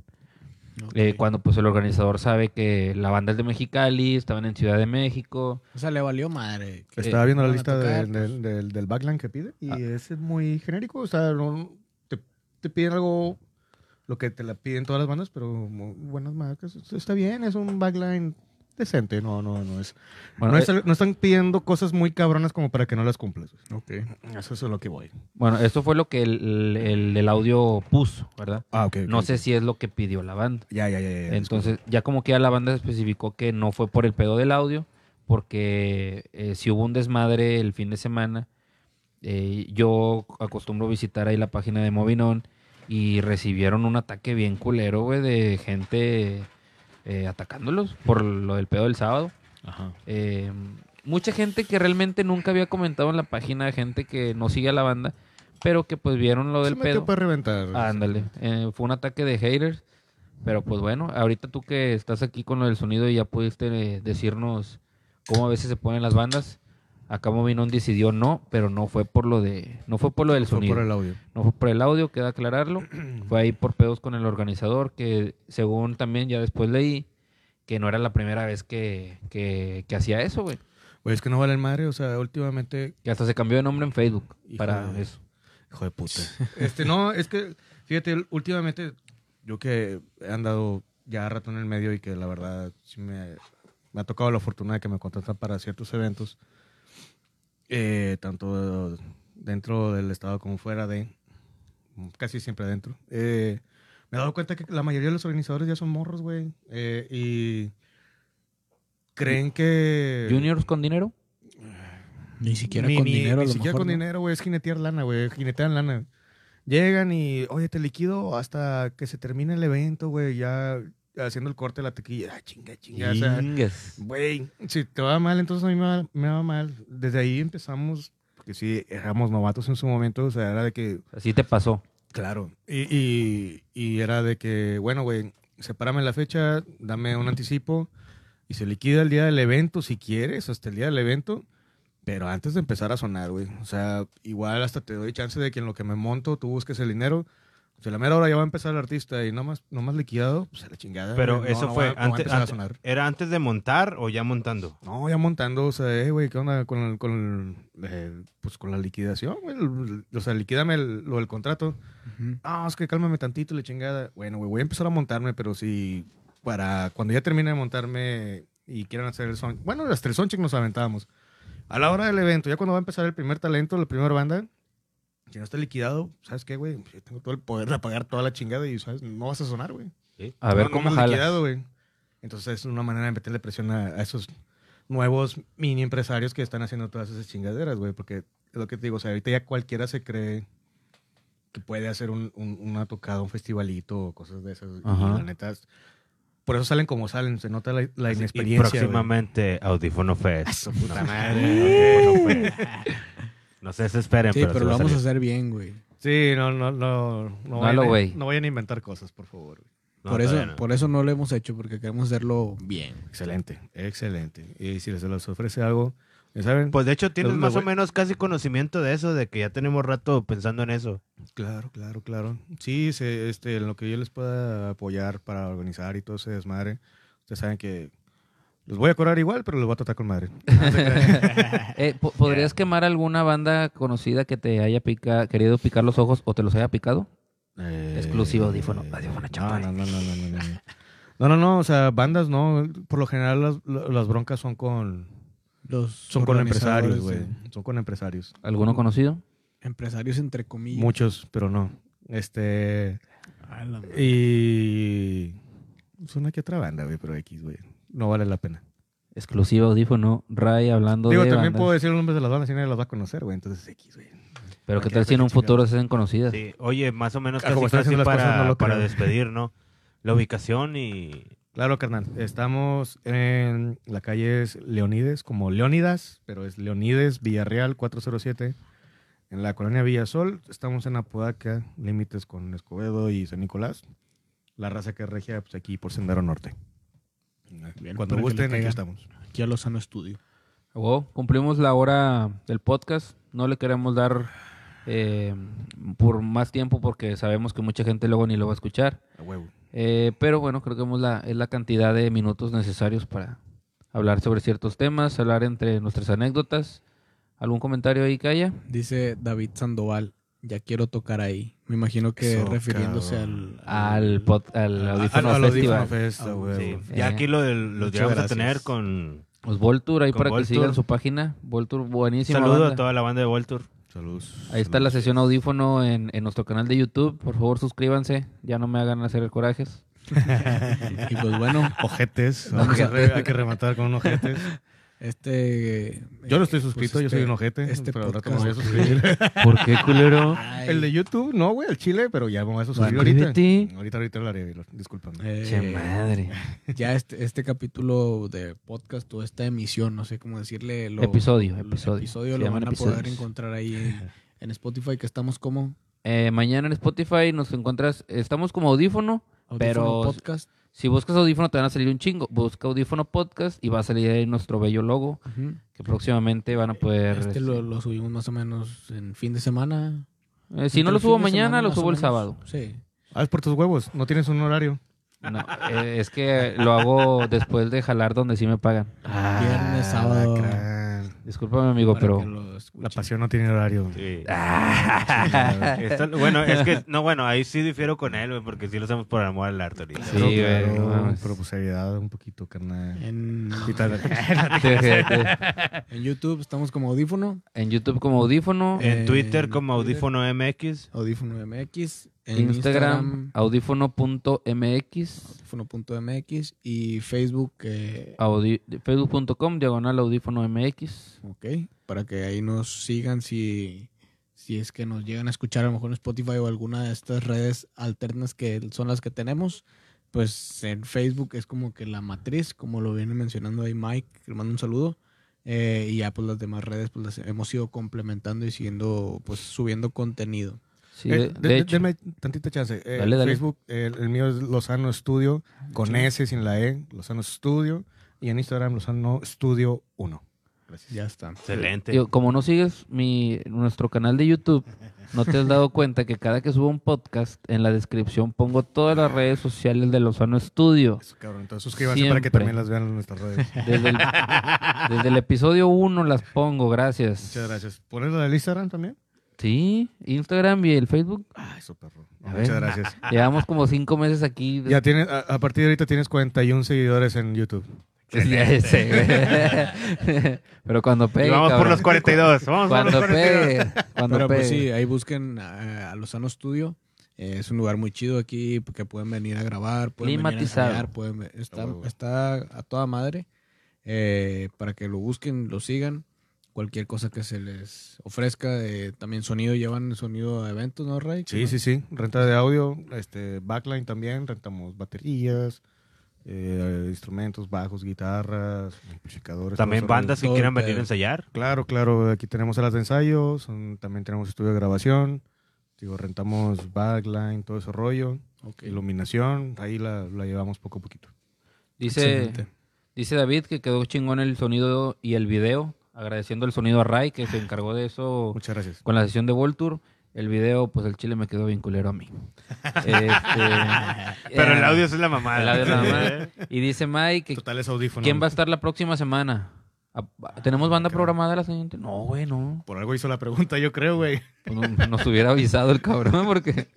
S4: Ok.
S2: Eh, cuando pues el organizador sabe que la banda es de Mexicali, estaban en Ciudad de México.
S4: O sea, le valió madre.
S2: Eh,
S1: Estaba viendo la
S4: van a
S1: lista
S4: tocar,
S1: del- del, del, del backline que pide y
S2: Ah.
S1: ese es muy genérico. O sea, no- te, te piden algo, lo que te la piden todas las bandas, pero muy buenas marcas. Está bien, es un backline decente. No, no, no es.
S2: Bueno,
S1: no,
S2: eh,
S1: es al- no están pidiendo cosas muy cabronas como para que no las cumplas.
S4: Ok.
S1: Eso es a lo que voy.
S2: bueno, eso fue lo que el, el- el audio puso, ¿verdad?
S1: Ah, ok.
S2: No sé si es lo que pidió la banda.
S1: Ya, ya, ya. ya, ya.
S2: Entonces, ya como que ya la banda especificó que no fue por el pedo del audio, porque eh, si hubo un desmadre el fin de semana, eh, yo acostumbro visitar ahí la página de Movinon y recibieron un ataque bien culero, güey, de gente eh, atacándolos por lo del pedo del sábado.
S1: Ajá.
S2: Eh, mucha gente que realmente nunca había comentado en la página, gente que no sigue a la banda, pero que pues vieron lo
S1: Se
S2: del
S1: metió
S2: pedo.
S1: para reventar.
S2: Ándale, eh, fue un ataque de haters, pero pues bueno, ahorita tú que estás aquí con lo del sonido y ya pudiste eh, decirnos cómo a veces se ponen las bandas, Acá Movinón decidió no, pero no fue por lo de, no fue por lo del
S4: Fue
S2: sonido.
S4: por el audio.
S2: No fue por el audio, queda aclararlo. fue ahí por pedos con el organizador, que según también ya después leí, que no era la primera vez que, que, que hacía eso, güey.
S1: Güey, Pues es que no vale el madre, o sea, últimamente...
S2: Que hasta se cambió de nombre en Facebook
S1: Hijo
S2: para
S1: de-
S2: eso.
S1: Hijo de puta. Este, no, es que, fíjate, últimamente yo que he andado ya rato en el medio y que la verdad sí me, me ha tocado la fortuna de que me contratan para ciertos eventos, eh, tanto dentro del estado como fuera de, casi siempre dentro. Eh, me he dado cuenta que la mayoría de los organizadores ya son morros, güey, eh, y creen que...
S2: ¿Juniors con dinero?
S4: Ni siquiera
S1: Ni-
S4: con
S1: ni-
S4: dinero, a
S1: Ni
S4: lo
S1: siquiera
S4: mejor,
S1: con
S4: ¿no?
S1: dinero, güey. Es jinetear lana, güey. Jinetean lana. Llegan y, oye, te liquido hasta que se termine el evento, güey. Ya haciendo el corte de la tequilla. Ah, chinga, chinga. O sea,
S2: Chingues.
S1: güey, si te va mal, entonces a mí me va, me va mal. Desde ahí empezamos, porque sí, éramos novatos en su momento. O sea, era de que,
S2: Así te pasó.
S1: Claro. Y, y- y era de que, bueno, güey, sepárame la fecha, dame un anticipo y se liquida el día del evento si quieres, hasta el día del evento. Pero antes de empezar a sonar, güey. O sea, igual hasta te doy chance de que en lo que me monto tú busques el dinero. O sea, a la mera hora ya va a empezar el artista y nomás, nomás liquidado, pues a la chingada.
S3: Pero
S1: güey. No,
S3: eso
S1: no
S3: fue
S1: va- no va a
S3: antes,
S1: empezar a
S3: ante-
S1: sonar.
S3: ¿Era antes de montar o ya montando?
S1: No, ya montando, o sea, eh, güey, ¿qué onda con, el- con, el, eh, pues, con la liquidación? güey? El- el- O sea, liquídame el- lo del contrato.
S4: Ujú.
S1: Ah, es que cálmame tantito, la chingada. Bueno, güey, voy a empezar a montarme, pero si para cuando ya termine de montarme y quieran hacer el son. Bueno, hasta el soundcheck nos aventábamos. A la hora del evento, ya cuando va a empezar el primer talento, la primera banda, si no está liquidado, ¿sabes qué, güey? Pues, Yo tengo todo el poder de apagar toda la chingada y, ¿sabes? No vas a sonar, güey.
S2: A ver
S1: No, no
S2: cómo
S1: me has
S2: jalas.
S1: liquidado, güey. Entonces es una manera de meterle presión a, a esos nuevos mini empresarios que están haciendo todas esas chingaderas, güey. Porque es lo que te digo, o sea, ahorita ya cualquiera se cree que puede hacer un, un- una tocada, un festivalito o cosas de esas.
S2: Ajá.
S1: Y la neta, es- por eso salen como salen, se nota la, la
S3: Y
S1: inexperiencia. güey.
S3: próximamente Audífono
S1: Ah,
S3: Fest. (laughs)
S1: su puta madre.
S3: Audífono Fest. No se desesperen,
S4: Sí,
S3: pero,
S4: pero,
S3: se
S4: lo
S3: va
S4: vamos a
S3: salir.
S4: hacer bien, güey.
S1: Sí, no, no, no.
S2: No
S1: No, vayan,
S2: lo,
S1: a-
S2: güey.
S1: no vayan a inventar cosas, por favor. güey.
S3: No,
S4: por, eso,
S3: todavía no.
S4: por eso no lo hemos hecho, porque queremos hacerlo bien.
S1: Excelente, excelente. Y si se les ofrece algo, ya saben,
S3: Pues de hecho tienes
S1: Lo- lo
S3: más o
S1: voy-
S3: menos casi conocimiento de eso, de que ya tenemos rato pensando en eso.
S1: Claro, claro, claro. Sí, se- este, en lo que yo les pueda apoyar para organizar y todo ese desmadre, ustedes saben que los voy a cobrar igual, pero los voy a tratar con
S2: (laughs)
S1: madre.
S2: Eh, po- ¿Podrías quemar alguna banda conocida que te haya pica- querido picar los ojos o te los haya picado? Eh, Exclusivo audífono, audífono
S1: no,
S2: champán.
S1: no, no, no, no, no, no. No, no, no, o sea, bandas no, por lo general las, las broncas son con
S4: Los
S1: son con
S4: organizadores
S1: empresarios, güey.
S4: de-
S1: Son con empresarios.
S2: ¿Alguno conocido?
S4: Empresarios entre comillas.
S1: Muchos, pero no. Este
S4: A la madre.
S1: y es una que otra banda, güey, pero X, güey. No vale la pena.
S2: Exclusivo audífono, Ray hablando
S1: Digo,
S2: de
S1: también
S2: bandas.
S1: puedo decir los nombres de las bandas y nadie las va a conocer, güey. Entonces, X, güey.
S2: Pero que
S1: ¿Qué
S2: tal si en un
S1: haces, chingado?
S2: futuro se hacen conocidas.
S3: Sí, oye, más o menos
S1: Ah,
S3: casi,
S1: como están
S3: casi
S1: haciendo las
S3: para,
S1: cosas, no lo
S3: para
S1: creo.
S3: despedir, ¿no? La ubicación y...
S1: Claro, carnal. Estamos en la calle es Leonides, como Leonidas, pero es Leonides, Villarreal 407, en la colonia Villasol. Estamos en Apodaca, límites con Escobedo y San Nicolás. La raza que regia, pues aquí por Sendero Norte. Cuando
S4: para Ah, que le
S1: gusten, aquí
S4: caiga.
S1: estamos.
S4: Aquí a Lozano Estudio.
S2: Wow, cumplimos la hora del podcast. No le queremos dar eh, por más tiempo porque sabemos que mucha gente luego ni lo va a escuchar.
S1: A huevo.
S2: Eh, pero bueno, creo que hemos la, es la cantidad de minutos necesarios para hablar sobre ciertos temas, hablar entre nuestras anécdotas. ¿Algún comentario ahí, Calla?
S4: Dice David Sandoval, ya quiero tocar ahí. Me imagino que
S1: Eso,
S4: refiriéndose
S1: cabrón.
S4: al...
S2: Al, pod- al
S1: Ah,
S2: audífono
S1: al
S2: festival.
S1: Audífono Fest, a
S4: Ah,
S1: huevo.
S3: sí.
S2: sí.
S3: Ya aquí lo, del- los
S4: Muchas
S3: llegamos a
S4: gracias.
S3: tener con...
S2: Pues Voltur, ahí
S3: Con
S2: para que
S3: Voltur.
S2: sigan su página. Voltur, buenísimo.
S3: Saludo a toda la banda de Voltur.
S1: Saludos.
S2: Ahí está la
S1: Saludos.
S2: sesión audífono en, en nuestro canal de YouTube. Por favor, suscríbanse. Ya no me hagan hacer el corajes.
S4: (laughs) Y pues bueno,
S1: Ojetes.
S4: No,
S1: Vamos a
S4: pues,
S1: re- hay que rematar con un ojetes.
S4: este... eh,
S1: (laughs) Yo no estoy
S4: pues,
S1: suscrito, yo
S4: este-
S1: soy un ojete.
S4: este
S1: pero al rato me voy a
S4: podcast-
S1: suscribir.
S2: ¿Por qué, culero?
S4: Ay,
S1: El de YouTube, no, güey, el Chile, pero ya me voy a suscribir
S4: Bueno,
S1: ahorita.
S2: suscríbete.
S1: Ahorita, ahorita hablaré, lo- discúlpame.
S4: eh,
S2: Che madre.
S4: ya este, este capítulo de podcast o esta emisión, no sé cómo decirle. Lo,
S2: Episodio,
S4: el
S2: episodio. Se
S4: lo
S2: llaman
S4: van a poder
S2: episodios.
S4: encontrar ahí en,
S1: (laughs)
S4: en Spotify, que estamos como
S2: Eh, mañana en Spotify nos encuentras. Estamos como audífono, Pero
S4: podcast.
S2: si buscas audífono te van a salir un chingo. Busca audífono podcast y va a salir ahí nuestro bello logo
S4: Ujú.
S2: que próximamente van a poder...
S4: Este lo, lo subimos más o menos en fin de semana.
S2: Eh, si no
S4: Entre
S2: lo
S4: el
S2: subo
S4: fin de
S2: mañana,
S4: semana,
S2: lo
S4: más
S2: subo
S4: o
S2: el
S4: menos.
S2: sábado.
S4: Sí.
S1: Haz Ah, por tus huevos, no tienes un horario.
S2: No, eh, es que lo hago después de jalar donde sí me pagan.
S4: Viernes, sábado.
S2: Ah,
S1: bacán.
S2: Discúlpame, amigo,
S4: para
S2: Ah, pero...
S4: que lo escuchen.
S1: La pasión no tiene horario.
S3: Sí. (laughs) Esto- bueno, es que, no, bueno, ahí sí difiero con él, güey, porque sí lo hacemos por amor al arte ahorita.
S2: Sí,
S1: Claro,
S2: güey,
S1: claro,
S2: no mames. (laughs)
S1: pero pues seriedad un poquito,
S2: Eh.
S1: carnal.
S4: En,
S1: Y tal. (laughs)
S2: Te- te- te- (laughs)
S4: en YouTube estamos como Audífono.
S2: En YouTube como audífono.
S3: En
S4: Eh,
S3: Twitter
S4: en
S3: como
S4: Twitter.
S3: Audífono MX.
S4: Audífono MX. En
S2: Instagram, audífono.mx.
S4: Audífono.mx. Y Facebook. eh,
S2: audi- Facebook.com, diagonal audífono MX.
S4: Ok, para que ahí nos sigan si, si es que nos llegan a escuchar a lo mejor en Spotify o alguna de estas redes alternas que son las que tenemos. Pues en Facebook es como que la matriz, como lo viene mencionando ahí Mike, que le mando un saludo. Eh, y ya pues las demás redes pues las hemos ido complementando y siguiendo, pues subiendo contenido.
S2: Sí,
S1: Eh,
S2: de,
S1: de-
S2: de
S1: de-
S2: hecho,
S1: Deme tantita chance. Eh,
S2: Dale, dale.
S1: Facebook, eh, el, mío es Lozano Estudio, con S sin la E, Lozano Estudio. Y en Instagram, Lozano Estudio 1.
S4: Pues, Ya está.
S3: Excelente.
S2: digo, como no sigues mi, nuestro canal de YouTube, no te has dado cuenta que cada que subo un podcast, en la descripción pongo todas las redes sociales de Lozano Estudio.
S1: Eso, cabrón. Entonces suscríbanse para que
S2: Siempre.
S1: también las vean en nuestras redes.
S2: Desde el, desde el episodio 1 las pongo, gracias.
S1: Muchas gracias. ¿Ponerlo del Instagram también?
S2: Sí, Instagram y el Facebook.
S1: Ah, eso, perro.
S2: A
S1: Muchas
S2: ver.
S1: gracias.
S2: Llevamos como cinco meses aquí.
S1: (laughs) Ya tienes, a, a partir de ahorita tienes 41 seguidores en YouTube.
S2: Ya sé. (laughs) Pero cuando
S3: Y
S2: pegue.
S3: vamos por
S2: cabrón.
S3: los 42. Vamos por los
S2: Cuando
S3: 42.
S2: pegue. Cuando
S4: Pero
S2: pegue.
S4: pues sí, ahí busquen a, a Lozano Studio. Eh, es un lugar muy chido aquí que pueden venir a grabar, pueden venir a
S2: Climatizado.
S4: ensayar, pueden ve- está,
S1: Ah, huevo.
S4: está a toda madre. eh, para que lo busquen, lo sigan. Cualquier cosa que se les ofrezca, eh, también sonido, llevan sonido a eventos, ¿no, Ray?
S1: Sí, sí, sí. Renta de audio, este, backline también, rentamos baterías, eh, instrumentos, bajos, guitarras, amplificadores.
S3: También
S1: todo eso.
S3: bandas que
S4: todo
S3: quieran
S4: el
S3: venir a
S4: pedo.
S3: ensayar.
S1: Claro, claro. Aquí tenemos salas de ensayo, son- también tenemos estudio de grabación. Digo, rentamos backline, todo ese rollo,
S4: Ok.
S1: iluminación, ahí la, la llevamos poco a poquito.
S2: Dice,
S4: Excelente.
S2: dice David que quedó chingón el sonido y el video. Agradeciendo el sonido a Ray que se encargó de eso
S1: Muchas gracias.
S2: con la sesión de Voltour. El video, pues el chile me quedó bien culero a mí. Este,
S3: Pero el
S2: eh,
S3: audio es la mamada.
S2: el
S3: (laughs)
S2: audio es la mamada. Y dice Mike que
S1: Totales audífonos.
S2: ¿Quién va a estar la próxima semana? ¿A- ¿Tenemos banda programada la siguiente? No, güey, no.
S1: Por algo hizo la pregunta, yo creo, güey.
S2: Pues no- Nos hubiera avisado el cabrón porque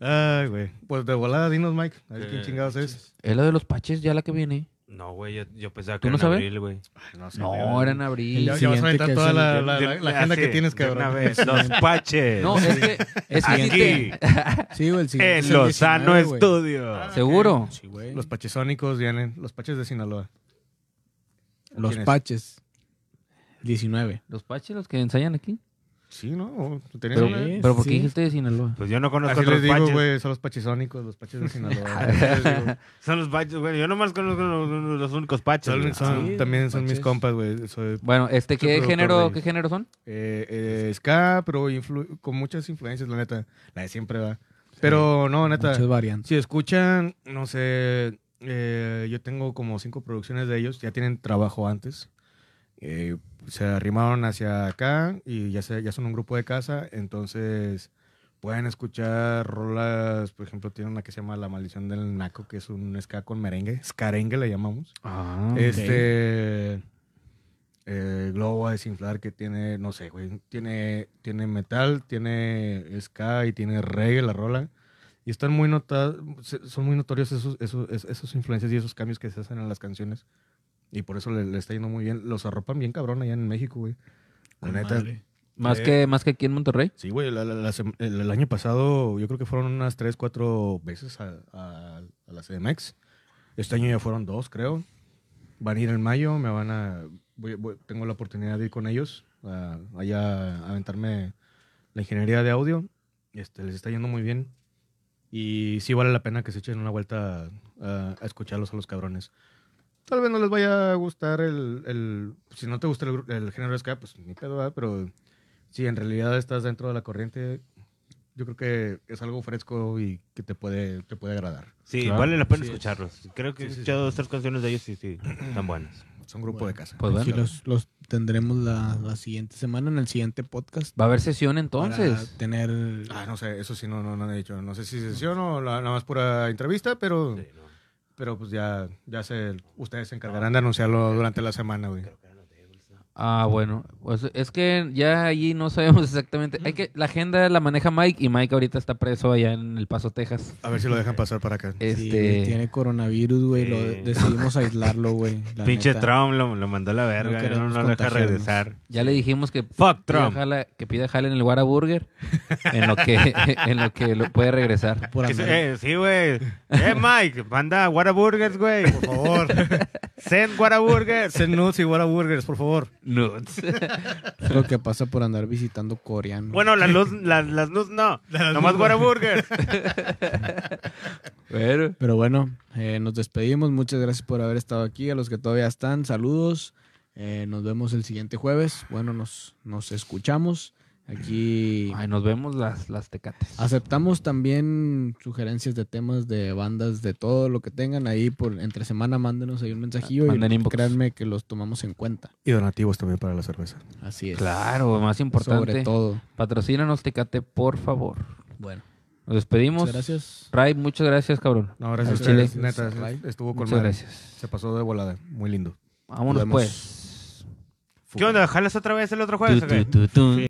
S1: Ay, güey. Pues de volada, dinos, Mike. A ver quién
S3: Eh,
S1: chingados es.
S2: es la de los paches ya la que viene.
S3: No, güey, yo, yo pensaba que
S2: ¿Tú no
S3: en
S2: sabes?
S3: abril, güey.
S2: No, era en abril.
S1: Ya, ya vas a
S4: siguiente
S1: aventar
S4: que
S1: toda
S4: es
S1: la,
S4: el-
S1: la- la-
S3: De-
S1: la agenda
S3: así,
S1: que tienes,
S3: de una
S1: cabrón.
S3: vez. Los
S4: (laughs)
S3: paches.
S2: No, es que,
S3: (laughs)
S2: es que sí
S3: Aquí,
S2: te-
S4: (laughs) Sí, güey, el siguiente
S1: Eh,
S4: es
S3: en
S4: el
S3: Lozano
S4: 19, güey.
S3: Estudio.
S2: seguro.
S4: Sí, güey.
S1: Los
S4: Los,
S1: pachesónicos vienen. Los paches de Sinaloa. ¿Quién es?
S4: Paches. 19.
S2: Los paches los que ensayan aquí.
S1: Sí, ¿no? ¿Tú tenías
S2: Pero,
S1: una vez?
S2: pero ¿por qué
S4: sí.
S2: dijiste de Sinaloa?
S3: Pues yo no conozco
S1: Así
S3: otros
S1: les digo,
S3: paches.
S1: güey. Son los pachesónicos, los paches
S4: (laughs)
S1: de Sinaloa. Así les digo.
S3: Son los paches, güey. Yo nomás conozco los, los únicos paches.
S1: Son-
S3: güey.
S1: son-
S4: Sí,
S1: también son mis
S4: paches.
S1: compas, güey. Soy
S2: Bueno, este,
S1: Soy
S2: ¿qué
S1: productor de
S2: género,
S1: ellos.
S2: qué género son?
S1: eh, eh, ska, pero influ- con muchas influencias, la neta. La de siempre va. Pero no, neta.
S4: Muchas variantes.
S1: Si escuchan, no sé, eh, yo tengo como cinco producciones de ellos, ya tienen trabajo antes. Eh, se arrimaron hacia acá y ya, se, ya son un grupo de casa, entonces pueden escuchar rolas, por ejemplo, tiene una que se llama La Maldición del Naco, que es un ska con merengue, skarengue le llamamos.
S2: Ah,
S1: Este... eh, globo a desinflar que tiene, no sé, güey, tiene, tiene metal, tiene ska y tiene reggae la rola. Y están muy notados, son muy notorios esos, esos, es- esas influencias y esos cambios que se hacen en las canciones. Y por eso le, le está yendo muy bien. Los arropan bien cabrón allá en México, güey. La
S4: Con
S1: neta.
S4: madre.
S2: más,
S1: eh.
S2: que, más que aquí en Monterrey.
S1: Sí, güey, la- la- la sem- el, el año pasado yo creo que fueron unas tres, cuatro veces a, a- a la CDMX. Este año ya fueron dos, creo. Van a ir en mayo, me van a... voy- voy- tengo la oportunidad de ir con ellos a- allá a aventarme la ingeniería de audio. Este, les está yendo muy bien. Y sí vale la pena que se echen una vuelta a, a escucharlos a los cabrones. Tal vez no les vaya a gustar el... el- si no te gusta el, gru- el género de ska, pues ni pedo, ¿verdad? pero... Si en realidad estás dentro de la corriente yo creo que es algo fresco y que te puede, te puede agradar.
S3: Sí,
S1: Claro.
S3: vale la pena
S1: Sí, es.
S3: escucharlos. Creo que
S1: Sí,
S3: he
S1: sí, sí.
S3: escuchado dos, tres canciones de ellos y sí, están buenas.
S1: Son grupo de casa.
S2: Pues
S4: Aquí
S2: bueno,
S4: los, los tendremos la, la siguiente semana en el siguiente podcast.
S2: va a haber sesión
S4: Para
S2: entonces.
S4: tener.
S1: Ah, no sé, eso sí no, no, no he dicho. No sé si sesión o la- nada más pura entrevista, pero, pero pues ya, ya se, ustedes se encargarán de anunciarlo durante la semana, güey.
S2: Ah, bueno, pues es que ya allí no sabemos (laughs) exactamente. Hay que la agenda la maneja Mike y Mike ahorita está preso allá en El Paso, Texas.
S1: A ver si lo dejan pasar para acá.
S4: sí,
S2: Este,
S4: tiene coronavirus, güey. Lo
S3: Sí.
S4: decidimos aislarlo,
S3: (laughs)
S4: güey. la
S3: Pinche
S4: neta.
S3: Trump lo, lo mandó a la
S4: No
S3: verga. No,
S4: queremos
S3: no lo deja
S4: contagiarnos.
S3: regresar.
S2: ya le dijimos que
S3: Fuck
S2: pida
S3: Trump.
S2: jala, que pida jala en el Whataburger en lo que (laughs) en lo que lo puede regresar.
S4: Por
S3: Que
S4: andar-
S3: se- eh, sí, güey.
S4: (laughs)
S3: Eh, Mike, manda Whataburgers, güey.
S1: Por favor.
S3: Send Whataburgers.
S1: Send nudes y Whataburgers, Burgers, por favor.
S2: Nudes.
S4: es lo que pasa por andar visitando coreano.
S3: eh. Bueno, las luz, las, las luz no. Nomás Whataburgers.
S2: Bueno,
S4: Pero bueno, eh, nos despedimos. Muchas gracias por haber estado aquí. A los que todavía están, saludos. Eh, nos vemos el siguiente jueves. Bueno, nos, nos escuchamos. Aquí
S2: ay, nos vemos las las tecates.
S4: aceptamos también sugerencias de temas de bandas, de todo lo que tengan ahí por entre semana. Mándenos ahí un mensajillo
S2: Manden
S4: y
S2: inbox.
S4: créanme que los tomamos en cuenta.
S1: Y donativos también para la cerveza.
S4: Así es.
S2: Claro, más
S4: Sobre
S2: importante.
S4: todo.
S2: Patrocínanos Tecate, por favor.
S4: Bueno,
S2: Nos despedimos.
S4: muchas gracias.
S2: Ray, muchas gracias, cabrón.
S1: No, gracias a
S4: Al
S1: ustedes.
S4: chile.
S1: Neta,
S4: Gracias.
S1: estuvo con
S2: Muchas
S1: madre.
S2: gracias.
S1: Se pasó de volada. Muy lindo.
S2: Vámonos
S4: Nos vemos.
S2: pues.
S3: ¿Qué onda? ¿Jalas otra vez el otro jueves? o qué?
S2: Tu, tu, tu, tu.